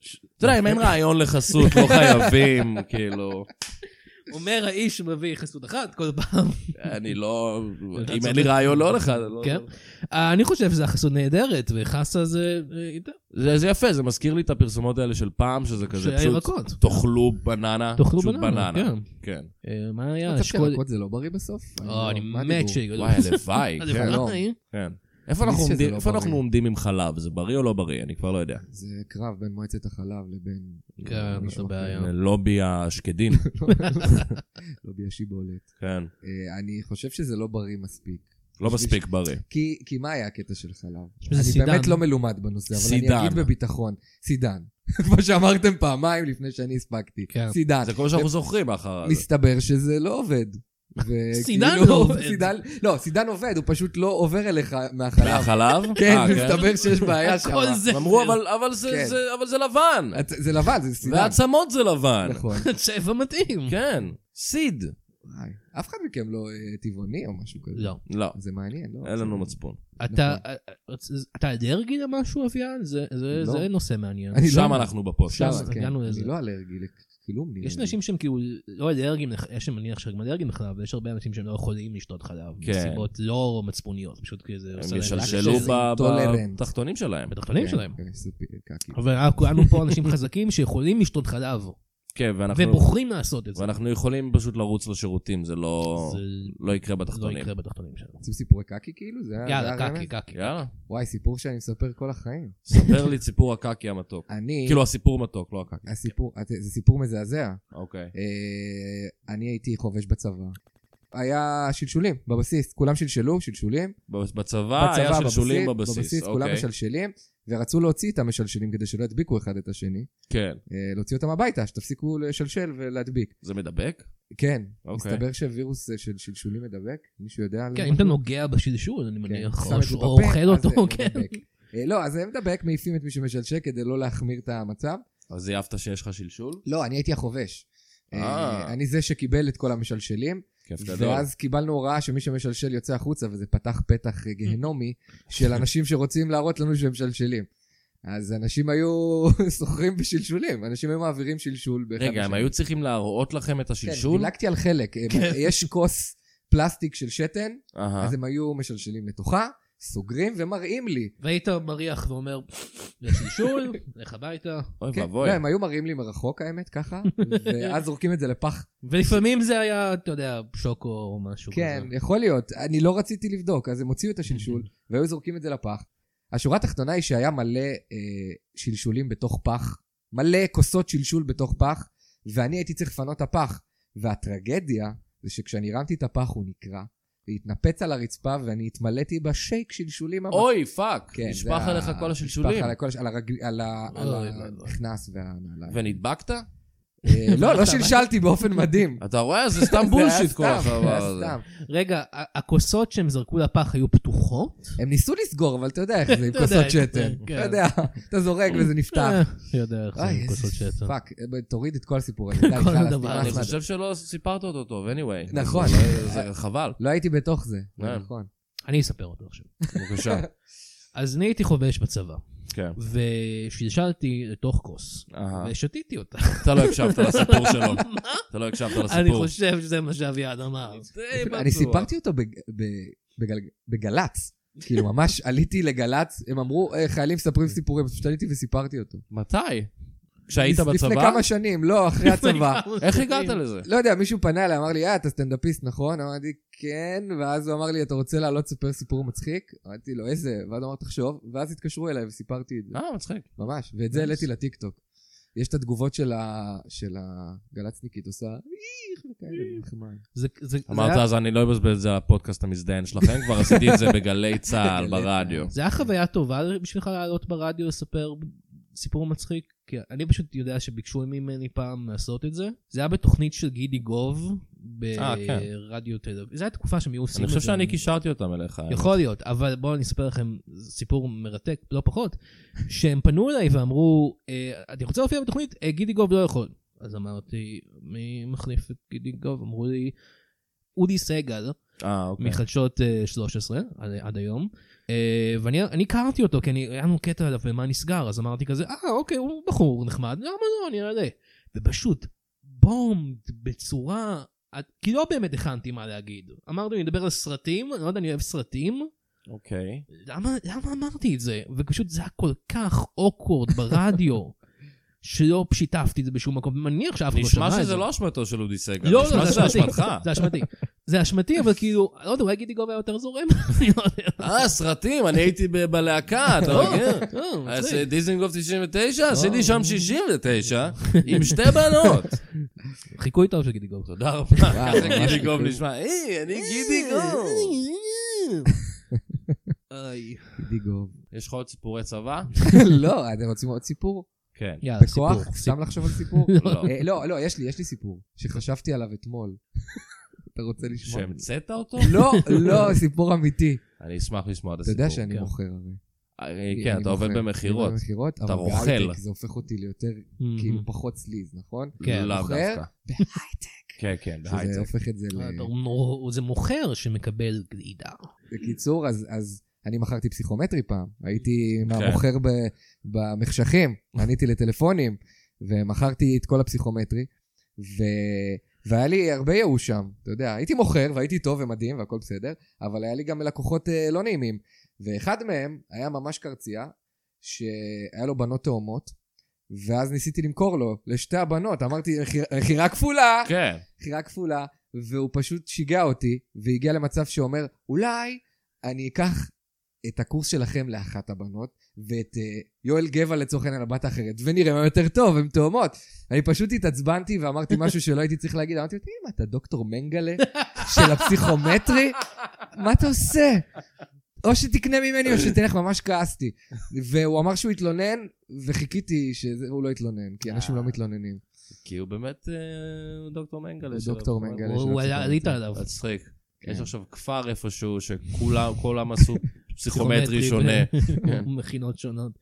Speaker 2: ש- אתה יודע, אם אין רעיון לחסות, לא חייבים, כאילו.
Speaker 3: אומר האיש שמביא חסות אחת כל <laughs> פעם.
Speaker 2: אני לא...
Speaker 3: אתה
Speaker 2: אם אין לי
Speaker 3: צודק.
Speaker 2: רעיון, לא לך. לא-
Speaker 3: כן. אה, אני חושב שזו החסות נהדרת, וחסה זה... אה, איתה.
Speaker 2: זה זה יפה, זה מזכיר לי את הפרסומות האלה של פעם, שזה כזה
Speaker 3: שהיה
Speaker 2: פשוט...
Speaker 3: ירקות.
Speaker 2: תאכלו בננה.
Speaker 3: תאכלו
Speaker 2: פשוט
Speaker 3: בננה, <laughs>
Speaker 2: כן.
Speaker 3: אה, מה היה?
Speaker 4: מצב
Speaker 3: אשכול...
Speaker 4: ירקות זה לא בריא בסוף?
Speaker 3: אה, אני
Speaker 4: מה
Speaker 3: מת
Speaker 4: הדיבור?
Speaker 3: שיגדול.
Speaker 2: וואי,
Speaker 3: <laughs>
Speaker 2: הלוואי, כן.
Speaker 4: לא.
Speaker 2: כן. איפה אנחנו
Speaker 4: שזה
Speaker 2: עומדים-
Speaker 4: לא
Speaker 2: איפה אנחנו
Speaker 4: בריא.
Speaker 2: עומדים עם חלב? זה בריא או לא בריא? אני כבר לא יודע.
Speaker 4: זה קרב בין מועצת החלב לבין... לא,
Speaker 3: כן,
Speaker 4: מישהו
Speaker 3: זו
Speaker 4: אחר.
Speaker 3: בעיה.
Speaker 2: לובי
Speaker 3: <laughs>
Speaker 2: השקדים.
Speaker 4: <laughs> לובי השיבולת.
Speaker 2: כן.
Speaker 4: אה, אני חושב שזה לא בריא מספיק.
Speaker 2: לא מספיק בריא.
Speaker 4: כי, כי מה היה הקטע של חלב?
Speaker 3: יש בזה
Speaker 4: אני
Speaker 3: סידן.
Speaker 4: באמת לא מלומד בנושא, אבל
Speaker 2: סידן.
Speaker 4: אני אגיד בביטחון. סידן. <laughs> כמו שאמרתם פעמיים לפני שאני הספקתי.
Speaker 3: כן.
Speaker 4: סידן.
Speaker 2: זה כל שאנחנו זוכרים אחר זה.
Speaker 4: מסתבר שזה לא עובד.
Speaker 3: <laughs>
Speaker 4: וכאילו-
Speaker 3: סידן לא עובד.
Speaker 4: סידן, לא, סידן עובד, הוא פשוט לא עובר אליך מהחלב.
Speaker 2: מהחלב?
Speaker 4: <laughs> כן,
Speaker 2: <laughs> אה,
Speaker 4: מסתבר שיש בעיה שם.
Speaker 3: הכל זה...
Speaker 2: הם אמרו, "אבל- אבל זה-
Speaker 4: כן.
Speaker 2: זה- אבל זה לבן.
Speaker 4: את- זה לבן, זה סידן.
Speaker 2: והעצמות זה לבן.
Speaker 4: נכון.
Speaker 3: צבע מתאים.
Speaker 2: כן, סיד.
Speaker 4: וואי, אף אחד מכם לא אה, טבעוני או משהו כזה.
Speaker 3: לא.
Speaker 2: לא,
Speaker 4: זה מעניין, לא?
Speaker 2: אין לנו מצפון.
Speaker 3: אתה,
Speaker 4: נכון.
Speaker 3: אה, אתה אלרגי למשהו, אביאן? זה, זה,
Speaker 4: לא.
Speaker 3: זה נושא מעניין.
Speaker 4: אני
Speaker 2: שם
Speaker 4: לא-
Speaker 2: אנחנו בפודקאסט.
Speaker 3: שם.
Speaker 4: כן.
Speaker 3: הגענו לזה.
Speaker 4: אני לא אלרגי לכלום. נראה
Speaker 3: יש
Speaker 4: לי.
Speaker 3: אנשים שהם כאילו לא אלרגיים, לח- יש אני מניח שהם אלרגיים לחלב, אבל יש הרבה אנשים שהם לא יכולים לשתות חלב,
Speaker 2: כן.
Speaker 3: מסיבות לא מצפוניות, פשוט כי זה עושה
Speaker 2: הם
Speaker 3: להם...
Speaker 2: ישלשלו
Speaker 4: רק
Speaker 2: ב-
Speaker 4: טולרנט.
Speaker 2: בתחתונים שלהם.
Speaker 3: בתחתונים
Speaker 4: כן,
Speaker 3: שלהם.
Speaker 4: כן, סופי- קקי.
Speaker 3: אבל אנחנו כולנו פה אנשים חזקים שיכולים לשתות חלב,
Speaker 2: כן, ואנחנו-
Speaker 3: ובוחרים לעשות את זה.
Speaker 2: ואנחנו יכולים פשוט לרוץ לשירותים, זה לא
Speaker 3: זה
Speaker 2: לא יקרה
Speaker 3: לא
Speaker 2: בתחתונים.
Speaker 3: יקרה בתחתונים שלנו.
Speaker 4: עושים סיפורי קקי כאילו? זה ה-
Speaker 3: יאללה,
Speaker 4: זה הרמז?
Speaker 3: קקי, קקי.
Speaker 2: יאללה,
Speaker 4: וואי, סיפור שאני מספר כל החיים.
Speaker 2: ספר לי סיפור הקקי המתוק.
Speaker 4: אני...
Speaker 2: כאילו הסיפור מתוק, לא הקקי.
Speaker 4: הסיפור, אה, זה סיפור מזעזע.
Speaker 2: אוקיי.
Speaker 4: אה, אני הייתי חובש בצבא. היה שלשולים בבסיס, כולם שלשלו, שלשולים.
Speaker 2: בצבא אה, היה שלשולים בבסיס.
Speaker 4: בבסיס כולם
Speaker 2: אוקיי.
Speaker 4: משלשלים, ורצו להוציא את המשלשלים כדי שלא ידביקו אחד את השני.
Speaker 2: כן.
Speaker 4: אה, להוציא אותם הביתה, שתפסיקו לשלשל ולהדביק.
Speaker 2: זה מדבק?
Speaker 4: כן,
Speaker 2: אוקיי.
Speaker 4: מסתבר שווירוס אה, של שלשולים מדבק? מישהו יודע על
Speaker 3: כן,
Speaker 4: זה?
Speaker 3: אם אתה נוגע בשלשול, אני
Speaker 4: כן,
Speaker 3: מניח,
Speaker 4: שם
Speaker 3: או
Speaker 4: את זה
Speaker 3: או
Speaker 4: בפה,
Speaker 3: אוכל
Speaker 4: אז זה
Speaker 3: אותו, כן.
Speaker 4: מדבק. אה, לא, אז זה מדבק, מעיפים את מי שמשלשל כדי לא להחמיר את המצב.
Speaker 2: אז זייפת שיש לך שלשול?
Speaker 4: לא, אני הייתי החובש.
Speaker 2: אה.
Speaker 4: אה, אני זה שקיבל את כל המשלשלים,
Speaker 2: כיף גדול.
Speaker 4: ואז קיבלנו הוראה שמי שמשלשל יוצא החוצה, וזה פתח פתח אה, גהנומי של אנשים שרוצים להראות לנו שהם משלשלים. אז אנשים היו <laughs> סוחרים בשלשולים, אנשים היו מעבירים שלשול. באחד
Speaker 2: רגע, הם
Speaker 4: לשני.
Speaker 2: היו צריכים להראות לכם את
Speaker 4: כן,
Speaker 2: השלשול?
Speaker 4: דילגתי על חלק. הם- יש כוס פלסטיק של שתן,
Speaker 2: אהה.
Speaker 4: אז הם היו משלשלים לתוכה, סוגרים ומראים לי.
Speaker 3: והיית מריח ואומר, זה שלשול, לך הביתה.
Speaker 2: אוי
Speaker 4: כן,
Speaker 2: ואבוי.
Speaker 4: לא, הם היו מראים לי מרחוק האמת,
Speaker 3: <laughs>
Speaker 4: ככה, ואז זורקים את זה לפח.
Speaker 3: ולפעמים זה היה, אתה יודע, שוקו או משהו כזה.
Speaker 4: כן, יכול להיות. אני לא רציתי לבדוק, אז הם הוציאו את השלשול,
Speaker 3: <laughs>
Speaker 4: והיו זורקים את זה לפח. השורה התחתונה היא שהיה מלא אה, שלשולים בתוך פח, מלא כוסות שלשול בתוך פח, ואני הייתי צריך לפנות את הפח. והטרגדיה זה שכשאני הרמתי את הפח הוא נקרע, והתנפץ על הרצפה, ואני התמלאתי בשייק שלשולים ממש.
Speaker 2: אוי, פאק.
Speaker 4: כן, זה
Speaker 2: נשפך
Speaker 4: ה-
Speaker 2: עליך כל
Speaker 4: נשפך
Speaker 2: השלשולים.
Speaker 4: עליי כל הש- על הרג- על ה- על
Speaker 3: אוי, לא, לא.
Speaker 4: המכנס והנעליים.
Speaker 2: ונדבקת?
Speaker 4: אה, לא,
Speaker 3: <laughs>
Speaker 4: לא שלשלתי באופן מדהים.
Speaker 2: אתה רואה? זה סתם
Speaker 4: <laughs> זה היה
Speaker 2: בולשיט כל
Speaker 4: סתם, זה
Speaker 2: החבר
Speaker 4: היה
Speaker 2: הזה.
Speaker 4: סתם.
Speaker 3: רגע, ה- הכוסות שהם זרקו לפח היו פתוחות?
Speaker 4: הם ניסו לסגור, אבל אתה יודע איך זה עם
Speaker 3: אתה יודע
Speaker 4: כוסות
Speaker 3: איך זה,
Speaker 4: שתן. אתה
Speaker 3: כן.
Speaker 4: יודע, אתה זורק וזה נפתח.
Speaker 3: אה, יודע איך זה
Speaker 4: אוי,
Speaker 3: עם
Speaker 4: איזה
Speaker 3: כוסות שאתה.
Speaker 4: פאק, אה, תוריד את כל הסיפור הזה. די,
Speaker 3: <laughs> כל
Speaker 4: חלאס,
Speaker 3: הדבר.
Speaker 4: נמאס
Speaker 2: אני
Speaker 4: לנו.
Speaker 2: חושב שלא סיפרת אותו טוב, anyway.
Speaker 4: נכון.
Speaker 2: זה- זה חבל.
Speaker 4: לא הייתי בתוך זה, זה
Speaker 3: אה.
Speaker 2: כן.
Speaker 4: נכון.
Speaker 3: אני אספר אותו עכשיו.
Speaker 2: בבקשה.
Speaker 3: אז אני הייתי חובש בצבא,
Speaker 2: כן.
Speaker 3: ושלשלתי לתוך כוס,
Speaker 4: אה.
Speaker 2: אהה.
Speaker 3: ושתיתי אותה.
Speaker 2: אתה לא הקשבת לסיפור שלו.
Speaker 4: <laughs>
Speaker 2: אתה לא הקשבת
Speaker 3: אני
Speaker 2: לסיפור.
Speaker 3: חושב שזה מה שאביעד אמר.
Speaker 4: אני סיפרתי אותו בג- ב- בגל- בגל"צ. כאילו, ממש עליתי לגל"צ, הם אמרו, "אה, חיילים מספרים סיפורים, אז פשוט עליתי וסיפרתי אותו.
Speaker 2: מתי? כשהיית
Speaker 4: לפ- לפני
Speaker 2: בצבא?
Speaker 4: כמה שנים, לא, אחרי הצבא.
Speaker 2: איך הגעת לזה?
Speaker 4: לא יודע, מישהו פנה אליי, אמר לי, אה, אתה סטנדאפיסט, נכון? אמרתי, כן, ואז הוא אמר לי, אתה רוצה לעלות לספר סיפור מצחיק? אמרתי לו, איזה? ואז הוא אמר, תחשוב, ואז התקשרו אליי וסיפרתי את זה.
Speaker 2: אה, מצחיק.
Speaker 4: ממש, ואת זה העליתי לטיקטוק. יש את התגובות של ה- של הגלצניקית, עושה איך
Speaker 2: אה.
Speaker 4: וכאלה, נחמד.
Speaker 3: זה- זה- זה
Speaker 2: אמרת,
Speaker 3: היה-
Speaker 2: אז אני לא אבזבז את זה על הפודקאסט המזדיין שלכם, כבר עשיתי את זה בגלי צה"ל,
Speaker 4: בגלי
Speaker 2: ברדיו.
Speaker 3: זה היה חוויה טובה בשבילך לעלות ברדיו לספר סיפור מצחיק? כי אני פשוט יודע שביקשו ממני פעם לעשות את זה. זה היה בתוכנית של גידי גוב
Speaker 2: אה, כן.
Speaker 3: ברדיו תל אביב. זו הייתה תקופה שהם היו עושים
Speaker 2: אני
Speaker 3: את זה.
Speaker 2: חושב שאני קישרתי אותם אליך.
Speaker 3: יכול להיות, אבל בואו אני אספר לכם סיפור מרתק, לא פחות, שהם פנו אליי ואמרו, "אה, אני רוצה להופיע בתוכנית, "אה, גידי גוב לא יכול. אז אמרתי, מי מחליף את גידי גוב? אמרו לי, אודי סגל.
Speaker 2: אה, אוקיי.
Speaker 3: מחדשות אה, 13 עד, עד היום. אה, ואני אני הכרתי אותו, כי אני, היה לנו קטע עליו ומה נסגר, אז אמרתי כזה, אה, אוקיי, הוא בחור נחמד, למה לא, אני אעלה. ופשוט, בום, בצורה... את- כי לא באמת הכנתי מה להגיד. אמרתי, אני אדבר על סרטים, אני לא יודע, אני אוהב סרטים.
Speaker 2: אוקיי.
Speaker 3: למה, למה אמרתי את זה? ופשוט זה היה כל כך אוקוורד ברדיו, <laughs> שלא שיתפתי את זה בשום מקום. מניח שאף אחד לא שמע
Speaker 2: נשמע
Speaker 3: את זה.
Speaker 2: שזה לא אשמתו של אודי סגל,
Speaker 3: לא,
Speaker 2: נשמע
Speaker 3: לא,
Speaker 2: שזה
Speaker 3: זה אשמתי.
Speaker 2: אשמתך.
Speaker 3: זה אשמתי. זה אשמתי, אבל כאילו, לא יודע, אולי גידי גוב היה יותר זורם? <laughs> אני לא יודע.
Speaker 2: אה, סרטים, אני הייתי ב- בלהקה, אתה אה, מבין?
Speaker 3: לא,
Speaker 2: אז
Speaker 3: מצחיק.
Speaker 2: דיזנגוף 99, עשיתי שם 69, עם שתי בנות.
Speaker 3: חיקוי טוב של גידי גוב.
Speaker 2: תודה רבה,
Speaker 4: וואו,
Speaker 2: אה, ככה <laughs>
Speaker 4: ממש
Speaker 2: גידי גוב
Speaker 4: כאילו.
Speaker 2: נשמע, היי, אני גידי גוב.
Speaker 3: <laughs> איי.
Speaker 4: דיגוב.
Speaker 2: יש לך עוד סיפורי צבא?
Speaker 4: <laughs> לא, אתם רוצים עוד סיפור?
Speaker 2: כן.
Speaker 3: יאללה, סיפור.
Speaker 4: בכוח? סתם לחשוב על סיפור?
Speaker 2: <laughs> לא.
Speaker 4: אה, לא, לא, יש לי, יש לי סיפור, שחשבתי עליו אתמול. <laughs> אתה רוצה לשמוע?
Speaker 2: שהמצאת אותו?
Speaker 4: לא, לא, סיפור אמיתי.
Speaker 2: אני אשמח לשמוע את
Speaker 4: אתה
Speaker 2: הסיפור.
Speaker 4: יודע שאני
Speaker 3: כן.
Speaker 4: מוכר הרי.
Speaker 2: אה, כן,
Speaker 4: אני
Speaker 2: אתה עובד
Speaker 4: מוכר.
Speaker 2: במכירות.
Speaker 4: אני עובד במכירות, אבל
Speaker 2: רוכל.
Speaker 4: בהייטק זה הופך אותי ליותר, כאילו, פחות סליז, נכון?
Speaker 3: כן,
Speaker 2: לאו
Speaker 4: מוכר
Speaker 2: דווקא. כן, כן,
Speaker 4: שזה אה,
Speaker 2: בהייטק.
Speaker 3: אה,
Speaker 4: הופך את זה ל...
Speaker 3: זה מוכר שמקבל גלידה.
Speaker 4: בקיצור, אז, אז אני מכרתי פסיכומטרי פעם, הייתי
Speaker 2: כן.
Speaker 4: מהמוכר ב- במחשכים, עניתי לטלפונים, ומכרתי את כל הפסיכומטרי, ו... והיה לי הרבה ייאוש שם, אתה יודע, הייתי מוכר והייתי טוב ומדהים והכל בסדר, אבל היה לי גם לקוחות אה, לא נעימים. ואחד מהם היה ממש קרצייה, שהיה לו בנות תאומות, ואז ניסיתי למכור לו, לשתי הבנות, אמרתי, "מכירה- מכירה כפולה!
Speaker 2: כן.
Speaker 4: מכירה כפולה, והוא פשוט שיגע אותי, והגיע למצב שאומר, אולי אני אקח את הקורס שלכם לאחת הבנות, ואת אה, יואל גבע לצורך העניין לבת האחרת, ונראה מה יותר טוב, הן תאומות. אני פשוט התעצבנתי ואמרתי משהו שלא הייתי צריך להגיד, אמרתי לו, תגיד, מה, אתה דוקטור מנגלה של הפסיכומטרי? מה אתה עושה? או שתקנה ממני או שתלך, ממש כעסתי. והוא אמר שהוא התלונן, וחיכיתי שהוא לא יתלונן, כי אנשים לא מתלוננים.
Speaker 2: כי הוא באמת אה, דוקטור מנגלה.
Speaker 4: הוא
Speaker 2: של-
Speaker 4: דוקטור מנגלה.
Speaker 2: הוא-
Speaker 4: שלא
Speaker 3: הוא היה-
Speaker 4: ציפיתי.
Speaker 3: עלית עליו.
Speaker 2: מצחיק.
Speaker 4: כן.
Speaker 2: יש עכשיו כפר איפשהו שכולם, כולם עשו פסיכומטרי
Speaker 3: <laughs>
Speaker 2: שונה. כן.
Speaker 3: מכינות שונות.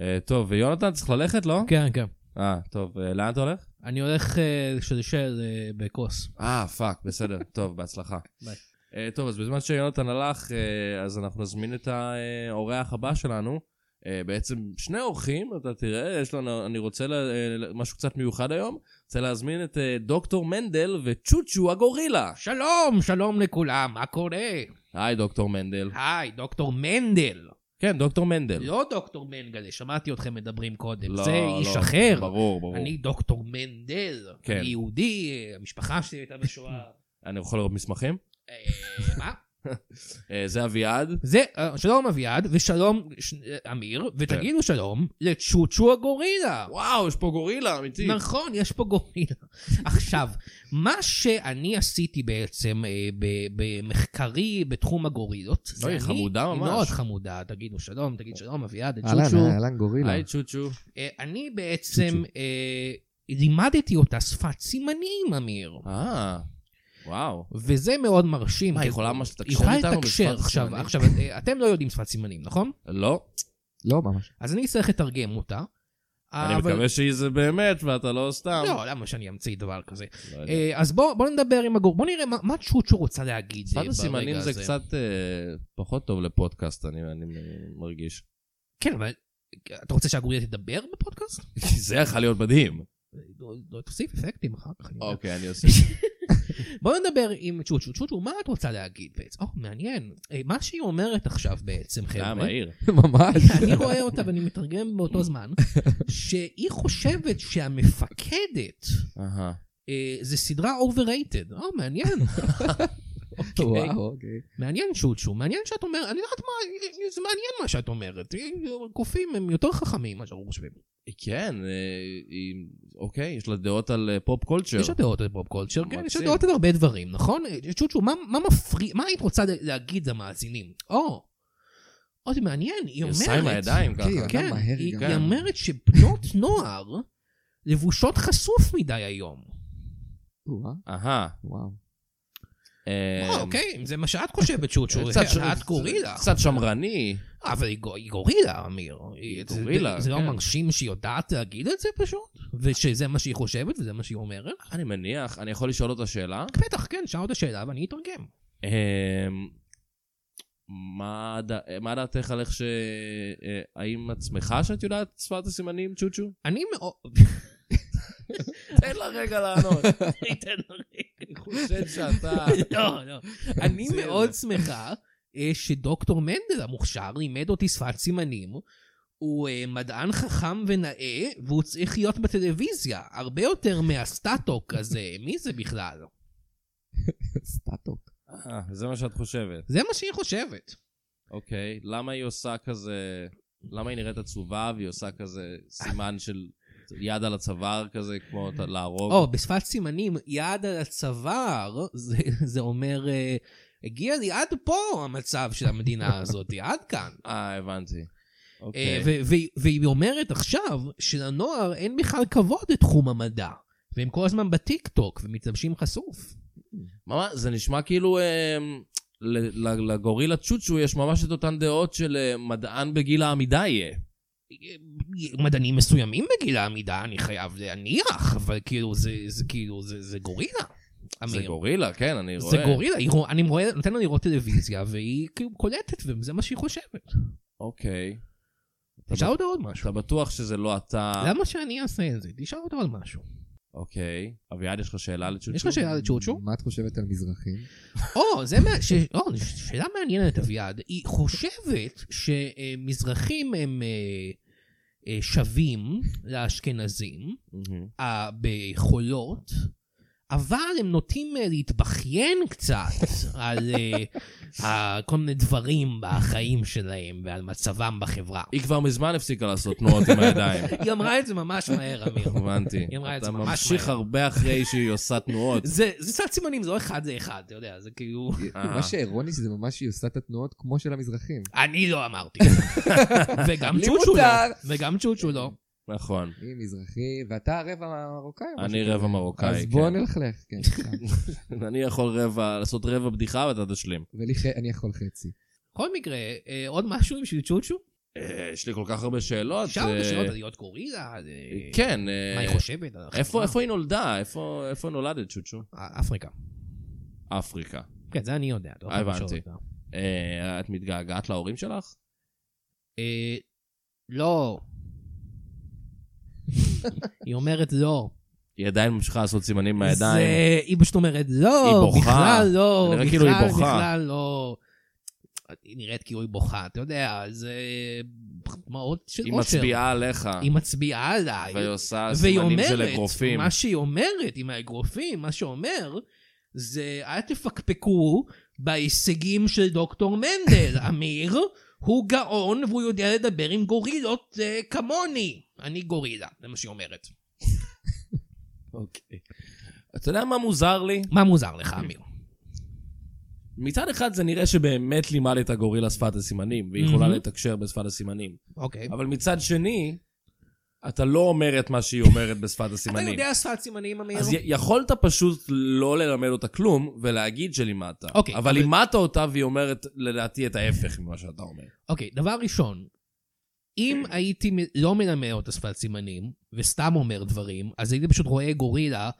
Speaker 2: אה, טוב, ויונתן צריך ללכת, לא?
Speaker 3: כן, כן.
Speaker 2: אה, טוב, אה, לאן אתה הולך?
Speaker 3: אני הולך אה, לשלשל אה, בכוס.
Speaker 2: אה, פאק, בסדר, <laughs> טוב, בהצלחה.
Speaker 3: ביי.
Speaker 2: אה, טוב, אז בזמן שיונתן הלך, אה, אז אנחנו נזמין את האורח הבא שלנו. אה, בעצם שני אורחים, אתה תראה, יש לנו, אני רוצה ל- אה, ל- משהו קצת מיוחד היום. רוצה להזמין את אה, דוקטור מנדל וצ'וצ'ו הגורילה.
Speaker 3: שלום, שלום לכולם, מה קורה?
Speaker 2: היי, דוקטור מנדל.
Speaker 3: היי, דוקטור מנדל.
Speaker 2: כן, דוקטור מנדל.
Speaker 3: לא דוקטור מנגלה, שמעתי אתכם מדברים קודם.
Speaker 2: לא,
Speaker 3: זה
Speaker 2: לא,
Speaker 3: איש אחר.
Speaker 2: ברור, ברור.
Speaker 3: אני דוקטור מנדל.
Speaker 2: כן.
Speaker 3: אני יהודי, אה, המשפחה שלי הייתה
Speaker 2: <laughs>
Speaker 3: בשואה.
Speaker 2: אני יכול לראות מסמכים?
Speaker 3: אה, מה?
Speaker 2: אה, זה אביעד.
Speaker 3: זה, אה, שלום אביעד, ושלום ש- אה, אמיר,
Speaker 2: כן.
Speaker 3: ותגידו שלום לצ'וצ'ו הגורילה.
Speaker 2: וואו, יש פה גורילה, אמיתי.
Speaker 3: נכון, יש פה גורילה. <laughs> עכשיו, מה שאני עשיתי בעצם אה, ב- במחקרי בתחום הגורילות, זה
Speaker 2: אוי,
Speaker 3: אני-
Speaker 2: חמודה
Speaker 3: היא
Speaker 2: ממש.
Speaker 3: מאוד חמודה, תגידו שלום, תגיד שלום, אביעד, צ'וצ'ו.
Speaker 4: אהלן, אהלן גורילה.
Speaker 2: היי, צ'וצ'ו.
Speaker 3: אה, אני בעצם אה, לימדתי אותה שפת סימנים, אמיר.
Speaker 2: אה, וואו.
Speaker 3: וזה מאוד מרשים.
Speaker 2: מה, היא
Speaker 3: כי-
Speaker 2: יכולה ממש לתקשר
Speaker 3: היא יכולה
Speaker 2: איתנו
Speaker 3: לתקשר.
Speaker 2: בשפת
Speaker 3: עכשיו,
Speaker 2: סימנים?
Speaker 3: עכשיו, אה, אתם לא יודעים שפת סימנים, נכון?
Speaker 2: לא,
Speaker 4: לא, ממש.
Speaker 3: אז אני אצטרך לתרגם אותה.
Speaker 2: אני
Speaker 3: אבל-
Speaker 2: מקווה שהיא זה באמת, ואתה אה, לא סתם.
Speaker 3: לא, למה שאני אמציא דבר כזה?
Speaker 2: לא יודע.
Speaker 3: אה, אז בואו בוא נדבר עם הגור, בואו נראה מה, מה צ'וצ'ו רוצה להגיד. אה,
Speaker 2: שפת
Speaker 3: ברגע
Speaker 2: הסימנים זה
Speaker 3: הזה.
Speaker 2: קצת אה, פחות טוב לפודקאסט, אני אני מרגיש.
Speaker 3: כן, אבל אתה רוצה שהגוריה תדבר בפודקאסט?
Speaker 2: כי <laughs> זה יכול להיות מדהים.
Speaker 3: לא- לא, תוסיף אפקטים אחר כך. אני יודע.
Speaker 2: אוקיי, אני <laughs> עושה.
Speaker 3: בואו נדבר עם צ'וצ'ו. צ'וצ'ו, מה את רוצה להגיד בעצם? או, מעניין. אה, מה שהיא אומרת עכשיו בעצם, חבר'ה.
Speaker 2: היה <laughs> מהיר.
Speaker 4: <laughs> ממש.
Speaker 3: אני רואה אותה ואני מתרגם באותו זמן, שהיא חושבת שהמפקדת
Speaker 2: אהה.
Speaker 3: אה, זה סדרה overrated. או, מעניין.
Speaker 4: וואו, אוקיי.
Speaker 3: מעניין צ'וצ'ו, מעניין שאת אומרת, אני לא יודעת מה, זה מעניין מה שאת אומרת. קופים הם יותר חכמים ממה שאנחנו חושבים.
Speaker 2: כן, אה, היא- אוקיי, יש לה דעות על אה, פופ קולצ'ר.
Speaker 3: יש לה דעות על פופ קולצ'ר, כן,
Speaker 2: מקסים.
Speaker 3: יש לה דעות על הרבה דברים, נכון? צ'וצ'ו, מה מה מפריע, מה היית רוצה להגיד למאזינים? או, או זה מעניין, היא
Speaker 2: היא
Speaker 3: אומרת...
Speaker 2: עושה עם הידיים
Speaker 4: כן,
Speaker 2: ככה.
Speaker 4: אדם
Speaker 3: כן,
Speaker 4: מהר
Speaker 3: היא
Speaker 4: גם.
Speaker 3: היא אומרת שבנות <laughs> נוער לבושות חשוף מדי היום.
Speaker 4: וואו,
Speaker 2: אהה.
Speaker 4: וואו.
Speaker 2: אה,
Speaker 3: אה, אוקיי, אם זה מה שאת חושבת, צ'וצ'ו,
Speaker 2: קצת ש-
Speaker 3: את גורילה.
Speaker 2: קצת שמרני.
Speaker 3: אבל היא גו- היא גורילה, אמיר. היא- זה-
Speaker 2: גורילה,
Speaker 3: זה לא
Speaker 2: כן.
Speaker 3: מרשים שהיא יודעת להגיד את זה פשוט? ושזה מה שהיא חושבת וזה מה שהיא אומרת?
Speaker 2: אני מניח, אני יכול לשאול אותה שאלה?
Speaker 3: בטח, כן, שאל אותה שאלה ואני אתרגם.
Speaker 2: אמ, מה דע- מה דעתך על איך ש... אה, האם את שמחה שאת יודעת שפת הסימנים, צ'וצ'ו?
Speaker 3: אני מאוד... <laughs>
Speaker 2: תן לה רגע לענות.
Speaker 3: ניתן לה רגע.
Speaker 2: חושב שאתה...
Speaker 3: <laughs> לא, לא. אני
Speaker 2: זה-
Speaker 3: מאוד שמחה אה, שדוקטור מנדל המוכשר לימד אותי שפת סימנים. הוא אה, מדען חכם ונאה, והוא צריך להיות בטלוויזיה, הרבה יותר מהסטטוק הזה. מי זה בכלל?
Speaker 4: סטטוק.
Speaker 2: אה, זה מה שאת חושבת.
Speaker 3: זה מה שהיא חושבת.
Speaker 2: אוקיי, למה היא עושה כזה... למה היא נראית עצובה והיא עושה כזה סימן של יד על הצוואר כזה, כמו ת- להרוג?
Speaker 3: או, בשפת סימנים, יד על הצוואר, זה, זה אומר, אה, הגיע לי עד פה המצב של המדינה הזאת, עד כאן.
Speaker 2: אה, הבנתי.
Speaker 3: אה,
Speaker 2: אוקיי.
Speaker 3: ו- ו- והיא אומרת עכשיו שלנוער אין בכלל כבוד לתחום המדע, והם כל הזמן בטיקטוק ומתלבשים חשוף.
Speaker 2: ממש, זה נשמע כאילו אמ, ל- ל- לגורילה צ'וצ'ו יש ממש את אותן דעות של אה, מדען בגיל העמידה יהיה.
Speaker 3: אה, מדענים מסוימים בגיל העמידה, אני חייב להניח, אבל כאילו זה, זה כאילו, זה, זה גורילה.
Speaker 2: זה
Speaker 3: אמיר.
Speaker 2: גורילה, כן, אני רואה.
Speaker 3: זה גורילה, היא רואה- אני רואה- נותן לה לראות טלוויזיה, והיא כאילו קולטת, וזה מה שהיא חושבת.
Speaker 2: אוקיי. אתה
Speaker 3: תשאל
Speaker 2: בט-
Speaker 3: אותה עוד משהו.
Speaker 2: אתה בטוח שזה לא אתה...
Speaker 3: למה שאני אעשה את זה? תשאל אותה עוד משהו.
Speaker 2: אוקיי. אביעד, יש לך שאלה לצ'וצ'ו?
Speaker 3: יש לך שאלה לצ'ורצ'ו?
Speaker 4: מה את חושבת על מזרחים?
Speaker 3: או, זה מה... ש... או, ש- שאלה מעניינת, אביעד. היא חושבת שמזרחים הם אה, אה, שווים לאשכנזים
Speaker 2: מהמם.
Speaker 3: אה, בחולות, אבל הם נוטים אה, להתבכיין קצת על אה, <laughs> ה- כל מיני דברים בחיים שלהם ועל מצבם בחברה.
Speaker 2: היא כבר מזמן הפסיקה לעשות תנועות עם
Speaker 3: <laughs>
Speaker 2: הידיים.
Speaker 3: היא אמרה את זה ממש מהר, אמיר.
Speaker 2: הבנתי.
Speaker 3: היא אמרה את
Speaker 2: אתה
Speaker 3: זה ממש
Speaker 2: ממשיך
Speaker 3: מהר.
Speaker 2: הרבה אחרי שהיא עושה
Speaker 3: <laughs>
Speaker 2: תנועות.
Speaker 3: זה זה סל סימנים, זה לא אחד זה אחד, אתה יודע, זה כאילו...
Speaker 2: אה.
Speaker 4: מה שאירוני שזה ממש היא עושה את התנועות כמו של המזרחים.
Speaker 3: אני
Speaker 2: <laughs>
Speaker 3: לא אמרתי. וגם
Speaker 4: לי
Speaker 3: צ'וצ'ו לא.
Speaker 4: מותר.
Speaker 3: וגם צ'וצ'ו לא.
Speaker 2: נכון.
Speaker 4: היא מזרחי, ואתה רבע מרוקאי. או משהו
Speaker 2: אני
Speaker 4: כזה.
Speaker 2: רבע מרוקאי,
Speaker 4: אז בוא נלכלך,
Speaker 2: <laughs>
Speaker 4: כן. סתם.
Speaker 2: כן. <laughs> אני יכול רבע, לעשות רבע בדיחה ואתה תשלים.
Speaker 4: ולי ח- אני יכול חצי.
Speaker 3: בכל מקרה, אה, עוד משהו בשביל צ'וצ'ו?
Speaker 2: אה, יש לי כל כך הרבה שאלות.
Speaker 3: אפשר עוד
Speaker 2: אה,
Speaker 3: לשאלות על להיות גורילה? על, אה,
Speaker 2: כן.
Speaker 3: מה היא
Speaker 2: אה,
Speaker 3: חושבת? על החברה?
Speaker 2: איפה איפה היא נולדה? איפה איפה נולדת, צ'וצ'ו?
Speaker 3: אה, אפריקה.
Speaker 2: אפריקה.
Speaker 3: כן, זה אני יודע. אתה לא יכול לשאול
Speaker 2: הבנתי.
Speaker 3: אותה.
Speaker 2: אה, את מתגעגעת להורים שלך?
Speaker 3: אה,
Speaker 2: <laughs>
Speaker 3: לא. היא אומרת לא.
Speaker 2: היא עדיין ממשיכה לעשות סימנים מהידיים.
Speaker 3: זה- היא פשוט אומרת לא.
Speaker 2: היא בוכה.
Speaker 3: בכלל לא.
Speaker 2: נראה כאילו היא
Speaker 3: בכלל-
Speaker 2: בוכה.
Speaker 3: בכלל לא. היא נראית כאילו היא בוכה, אתה יודע, זה דמעות של
Speaker 2: היא
Speaker 3: אושר.
Speaker 2: מצביעה עליך,
Speaker 3: היא מצביעה עליי.
Speaker 2: והיא עושה
Speaker 3: והיא
Speaker 2: סימנים
Speaker 3: אומרת,
Speaker 2: של אגרופים.
Speaker 3: מה שהיא אומרת עם האגרופים, מה שאומר, זה אל תפקפקו בהישגים של
Speaker 2: <laughs>
Speaker 3: דוקטור מנדל, אמיר. הוא גאון והוא יודע לדבר עם גורילות אה, כמוני. אני גורילה, זה מה שהיא אומרת.
Speaker 2: אוקיי. אתה יודע מה מוזר לי?
Speaker 3: מה מוזר
Speaker 2: <laughs>
Speaker 3: לך, אמיר?
Speaker 2: מצד אחד זה נראה שבאמת לימדת הגורילה שפת הסימנים, והיא יכולה
Speaker 3: מהמם.
Speaker 2: לתקשר בשפת הסימנים.
Speaker 3: אוקיי.
Speaker 2: אבל מצד שני, אתה לא אומר את מה שהיא אומרת בשפת
Speaker 3: אתה
Speaker 2: הסימנים.
Speaker 3: יודע שפת סימנים, אמיר?
Speaker 2: אז י- יכולת פשוט לא ללמד אותה כלום, ולהגיד שלימדת.
Speaker 3: אוקיי,
Speaker 2: אבל
Speaker 3: אבל-
Speaker 2: לימדת אותה, והיא אומרת, לדעתי, את ההפך ממה שאתה אומר.
Speaker 3: אוקיי, דבר ראשון, אם הייתי מ- לא מלמד אותה שפת סימנים, וסתם אומר דברים, אז הייתי פשוט רואה גורילה,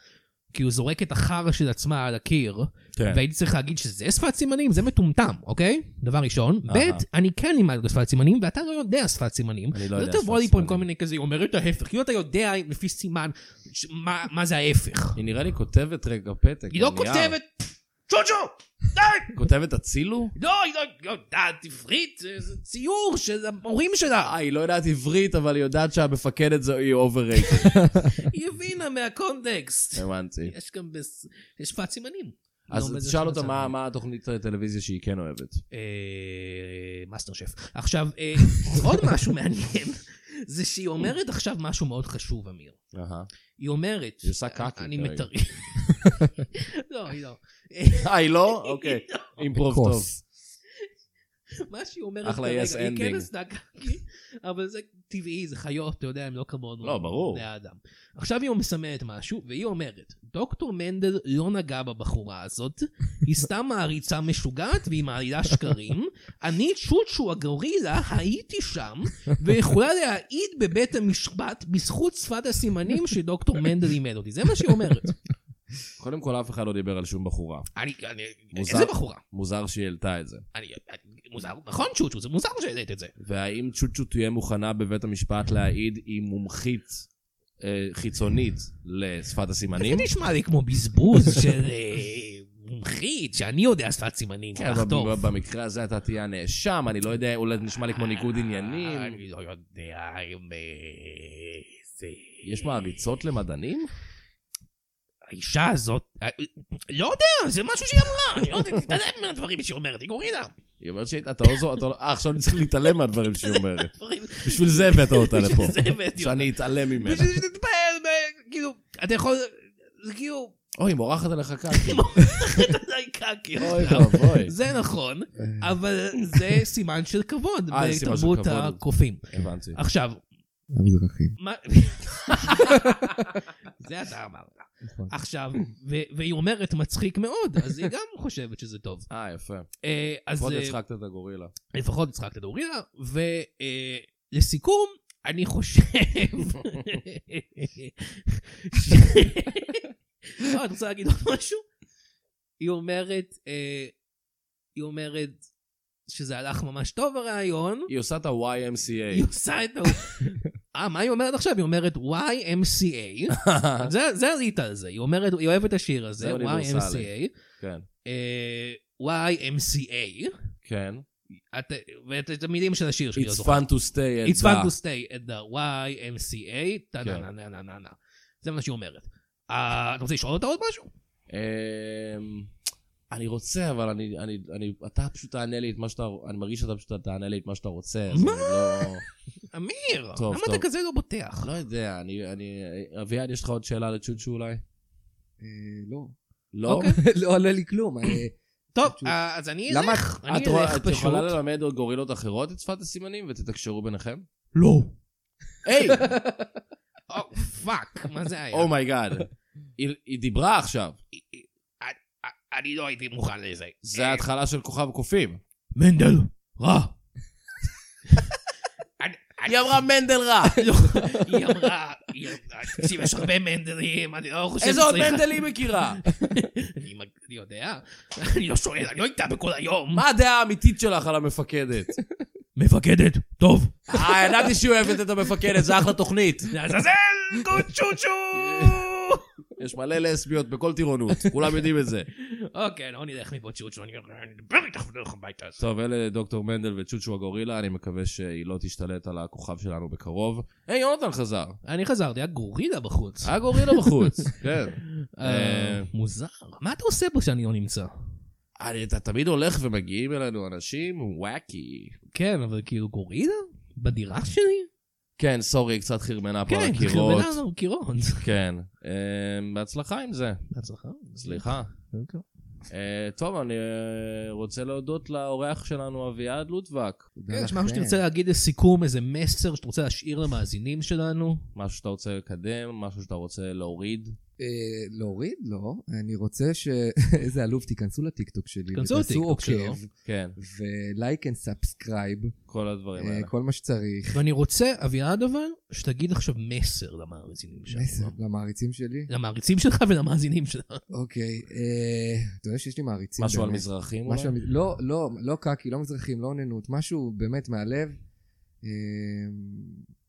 Speaker 3: כאילו זורק את החרא של עצמה על הקיר,
Speaker 2: כן.
Speaker 3: והייתי צריך להגיד שזה שפת סימנים, זה מטומטם, אוקיי? דבר ראשון.
Speaker 2: אהה.
Speaker 3: ב', אני כן לימד אותך שפת סימנים, ואתה לא יודע שפת סימנים.
Speaker 2: אני לא יודע
Speaker 3: אל
Speaker 2: שפת
Speaker 3: תבוא לי פה עם
Speaker 2: סימנים.
Speaker 3: כל מיני כזה, היא אומרת ההפך. כאילו אתה יודע לפי סימן ש- מה- מה זה ההפך.
Speaker 2: היא נראה לי כותבת רגע פתק.
Speaker 3: היא לא
Speaker 2: בנייר.
Speaker 3: כותבת, צ'וצ'ו! די!
Speaker 2: כותבת הצילו?
Speaker 3: לא, היא לא- היא לא יודעת עברית, זה- זה ציור של המורים
Speaker 2: אה,
Speaker 3: שלה.
Speaker 2: היא לא יודעת עברית, אבל היא יודעת שהמפקדת זו היא אובררייטד.
Speaker 3: היא הבינה
Speaker 2: <laughs>
Speaker 3: מהקונטקסט.
Speaker 2: הבנתי.
Speaker 3: יש גם בס- יש שפת סימנים.
Speaker 2: אז
Speaker 3: לא, זה
Speaker 2: תשאל
Speaker 3: שפת
Speaker 2: אותה מה-
Speaker 3: סימנים.
Speaker 2: מה התוכנית הטלוויזיה שהיא כן אוהבת.
Speaker 3: אה, מאסטר שף. עכשיו, אה,
Speaker 2: <laughs>
Speaker 3: עוד משהו מעניין, זה שהיא אומרת עכשיו משהו מאוד חשוב, אמיר.
Speaker 2: אהה.
Speaker 3: היא אומרת...
Speaker 2: היא עושה קקי
Speaker 3: אני
Speaker 2: כרגע.
Speaker 3: מטרי. <laughs> לא, היא לא.
Speaker 2: אה, היא
Speaker 3: <laughs>
Speaker 2: לא? אוקיי.
Speaker 3: אה,
Speaker 2: אימפרוב טוב.
Speaker 4: כוס.
Speaker 3: מה שהיא אומרת
Speaker 2: אחלה
Speaker 3: כרגע,
Speaker 2: yes
Speaker 3: היא כן
Speaker 2: ending.
Speaker 3: עשתה קקי, אבל זה טבעי, זה חיות, אתה יודע, הם לא כמונו.
Speaker 2: לא, ברור.
Speaker 3: בני האדם. עכשיו היא מסמנת משהו, והיא אומרת, דוקטור מנדל לא נגע בבחורה הזאת, היא
Speaker 2: <laughs>
Speaker 3: סתם מעריצה משוגעת והיא מעלילה שקרים. אני, צ'וצ'ו הגורילה, הייתי שם, ויכולה להעיד בבית המשפט בזכות שפת הסימנים שדוקטור מנדל לימד אותי. זה מה שהיא אומרת.
Speaker 2: קודם כל, אף אחד לא דיבר על שום בחורה.
Speaker 3: אני, אני,
Speaker 2: מוזר.
Speaker 3: איזה בחורה?
Speaker 2: מוזר שהיא העלתה את זה.
Speaker 3: אני, אני, מוזר, נכון, צ'וצ'ו, זה מוזר שהעלית את זה.
Speaker 2: והאם צ'וצ'ו תהיה מוכנה בבית המשפט להעיד היא מומחית אה, חיצונית לשפת הסימנים?
Speaker 3: זה נשמע לי כמו בזבוז <laughs> של אה, מומחית, שאני יודע שפת סימנים כל
Speaker 2: כן,
Speaker 3: כך
Speaker 2: אבל
Speaker 3: טוב.
Speaker 2: ב- במקרה הזה אתה תהיה הנאשם, אני לא יודע, אולי זה נשמע לי כמו ניגוד עניינים.
Speaker 3: אני לא יודע אם... אה, זה...
Speaker 2: יש מעריצות למדענים?
Speaker 3: האישה הזאת... אה, לא יודע, זה משהו שהיא אמרה, אני לא יודע, תתעלם מהדברים שהיא אומרת, היא גורילה.
Speaker 2: היא אומרת שהיא, אתה לא זו, אתה לא... אה, עכשיו אני צריך להתעלם מהדברים שהיא אומרת.
Speaker 3: דברים-
Speaker 2: בשביל זה הבאת אותה לפה.
Speaker 3: בשביל <laughs> זה הבאתי
Speaker 2: שאני אתעלם ממנה.
Speaker 3: בשביל שתתפעל, ב- כאילו, אתה יכול... זה כאילו... <laughs>
Speaker 2: אוי, היא מורחת עליך קקי.
Speaker 3: אתה יודע, קקי.
Speaker 2: אוי ואבוי.
Speaker 3: כאילו. זה נכון,
Speaker 4: אה,
Speaker 3: אבל זה סימן של כבוד
Speaker 2: אה, זה סימן של
Speaker 3: בתרבות
Speaker 2: כבוד.
Speaker 3: הקופים.
Speaker 2: הבנתי.
Speaker 3: עכשיו,
Speaker 4: המזרחים.
Speaker 2: <laughs>
Speaker 3: מה... זה אתה אמרת.
Speaker 4: נכון.
Speaker 3: עכשיו, ו- והיא אומרת מצחיק מאוד, אז היא גם חושבת שזה טוב.
Speaker 2: אה, יפה.
Speaker 3: אה, אז
Speaker 2: לפחות
Speaker 3: אה,
Speaker 2: הצחקת את הגורילה.
Speaker 3: לפחות הצחקת את אורילה, ולסיכום, אני חושב... <laughs> <laughs> ש- לא, את רוצה להגיד עוד משהו? היא אומרת, אה, היא אומרת שזה הלך ממש טוב הרעיון.
Speaker 2: היא עושה את
Speaker 3: היא
Speaker 2: ה-YMCA.
Speaker 3: עושה את ה... אה, מה היא אומרת עכשיו? היא אומרת
Speaker 2: <laughs>
Speaker 3: YMCA. זה- זה הליטה על זה. היא אומרת, היא אוהבת את השיר הזה,
Speaker 2: זה אוניברסלי.
Speaker 3: YMCA.
Speaker 2: כן,
Speaker 3: אה, YMCA.
Speaker 2: כן.
Speaker 3: את- ואת את המילים של השיר שלי, לא
Speaker 2: It's
Speaker 3: זוכר.
Speaker 2: fun to stay at
Speaker 3: It's fun to
Speaker 2: the...
Speaker 3: stay at the YMCA, טה
Speaker 2: כן.
Speaker 3: נה נה נה נה נה. זה מה שהיא אומרת. אה, אתה רוצה לשאול אותה עוד משהו?
Speaker 2: אמ, אני רוצה, אבל אני, אני, אני, אתה פשוט תענה לי את מה שאתה, אני מרגיש שאתה פשוט תענה לי את מה שאתה רוצה. אז אני לא...
Speaker 3: אמיר,
Speaker 2: טוב,
Speaker 3: למה
Speaker 2: טוב.
Speaker 3: אתה כזה לא בוטח?
Speaker 2: לא יודע, אני, אני, אביעד, יש לך עוד שאלה לצ'וצ'ו אולי?
Speaker 4: אה, לא.
Speaker 2: לא?
Speaker 3: אוקיי.
Speaker 4: <laughs> לא עולה לי כלום. אה,
Speaker 3: טוב,
Speaker 4: פשוט.
Speaker 3: אה, אז אני
Speaker 4: למה
Speaker 3: אלך. אני
Speaker 2: את רואה-
Speaker 3: אלך
Speaker 2: את
Speaker 3: פשוט.
Speaker 2: יכולה ללמד עוד גורילות אחרות את שפת הסימנים ותתקשרו ביניכם?
Speaker 3: לא. <laughs>
Speaker 2: היי!
Speaker 3: או, פאק, Oh, מה זה היה?
Speaker 2: אומייגאד. היא דיברה עכשיו.
Speaker 3: אני לא הייתי מוכן לזה. אה,
Speaker 2: זה ההתחלה של כוכב קופים.
Speaker 3: מנדל, רע.
Speaker 2: היא
Speaker 3: <laughs>
Speaker 2: אמרה מנדל רע!
Speaker 3: היא אמרה, היא אמרה, תקשיב, יש הרבה מנדלים, אני לא חושב
Speaker 2: איזה עוד
Speaker 3: שצריך-
Speaker 2: מנדל היא מכירה?
Speaker 3: אני מג- אני יודע, אני לא שואל, אני לא איתה בכל היום.
Speaker 2: מה הדעה האמיתית שלך על המפקדת?
Speaker 3: מפקדת, טוב.
Speaker 2: אה, ידעתי שהיא אוהבת את המפקדת, זה אחלה תוכנית.
Speaker 3: לעזאזל, גוד צ'וצ'ו!
Speaker 2: יש מלא לסביות בכל טירונות, כולם יודעים את זה.
Speaker 3: אוקיי, לא נלך מפה צ'וצ'ו, אני אני אדבר איתך בדרך הביתה. אז-
Speaker 2: טוב, אלה דוקטור מנדל וצ'וצ'ו הגורילה, אני מקווה שהיא לא תשתלט על הכוכב שלנו בקרוב. היי, יונתן חזר.
Speaker 3: אני חזרתי, היה גורילה בחוץ.
Speaker 2: היה גורילה בחוץ, <laughs> כן.
Speaker 3: אה, מוזר. מה אתה עושה פה שאני לא נמצא?
Speaker 2: אני- אתה תמיד הולך ומגיעים אלינו אנשים וואקי.
Speaker 3: כן, אבל כאילו גורילה? בדירה שלי?
Speaker 2: כן, סורי, קצת חרמנה פה על
Speaker 3: כן,
Speaker 2: הקירות.
Speaker 3: חרמנה על הקירות.
Speaker 2: כן. אה, בהצלחה עם זה.
Speaker 3: בהצלחה.
Speaker 2: סליחה.
Speaker 3: אוקיי.
Speaker 2: אה, טוב, אני אה, רוצה להודות לאורח שלנו, אביעד לוטבק.
Speaker 4: תודה
Speaker 3: יש
Speaker 4: לכם.
Speaker 3: משהו כן, שתרצה להגיד לסיכום, איזה מסר שאתה רוצה להשאיר למאזינים שלנו?
Speaker 2: משהו שאתה רוצה לקדם, משהו שאתה רוצה להוריד.
Speaker 4: אה, להוריד? לא. אני רוצה ש... <laughs> איזה עלוב, תיכנסו לטיקטוק שלי.
Speaker 3: תיכנסו
Speaker 4: ותעשו
Speaker 3: לטיקטוק שלו.
Speaker 4: עוקב,
Speaker 2: כן,
Speaker 4: ולייק אנד סאבסקרייב,
Speaker 2: כל הדברים האלה.
Speaker 4: אה, כל מה שצריך.
Speaker 3: ואני רוצה, אביעד אבל, שתגיד עכשיו מסר למאזינים שלנו.
Speaker 4: מסר למעריצים שלי.
Speaker 3: למעריצים שלך ולמאזינים שלנו.
Speaker 4: אוקיי, אה, אתה יודע שיש לי מעריצים.
Speaker 2: משהו על
Speaker 4: באמת.
Speaker 2: מזרחים אולי?
Speaker 4: משהו על מז- לא, לא, לא קקי, לא מזרחים, לא אוננות, משהו באמת מהלב. אה,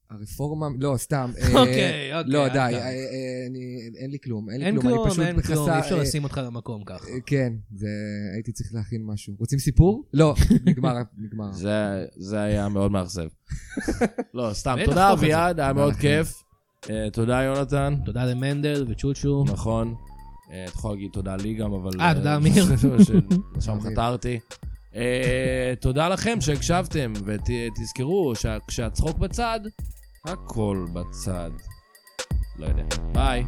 Speaker 4: הרפורמה, לא, סתם. אה,
Speaker 3: <laughs> אוקיי, אוקיי.
Speaker 4: לא,
Speaker 3: אל
Speaker 4: די,
Speaker 3: תענה.
Speaker 4: אה, אה, אני- אין לי כלום, אין לי
Speaker 3: אין
Speaker 4: כלום, אני
Speaker 3: כלום,
Speaker 4: פשוט
Speaker 3: אין כלום,
Speaker 4: בחסר-
Speaker 3: אי אפשר
Speaker 4: אה,
Speaker 3: לשים אותך במקום ככה.
Speaker 4: אה, כן, זה... הייתי צריך להכין משהו. רוצים סיפור?
Speaker 3: <laughs>
Speaker 4: לא, נגמר, נגמר.
Speaker 2: זה- זה היה מאוד
Speaker 4: <laughs>
Speaker 2: מאכזב. לא, סתם.
Speaker 3: בטח,
Speaker 2: תודה,
Speaker 3: תוך את זה.
Speaker 2: אביעד, היה
Speaker 4: תודה
Speaker 2: מאוד
Speaker 4: לכם.
Speaker 2: כיף. אה, תודה, יונתן.
Speaker 3: תודה למנדל
Speaker 4: לא,
Speaker 3: וצ'ולצ'ו.
Speaker 2: נכון. אה, אתה יכול להגיד תודה לי גם, אבל...
Speaker 3: אה, תודה,
Speaker 2: <laughs>
Speaker 3: אמיר.
Speaker 2: שם חתרתי. אה, תודה לכם שהקשבתם, ותזכרו שכשהצחוק בצד, הכל בצד. לא יודע. ביי.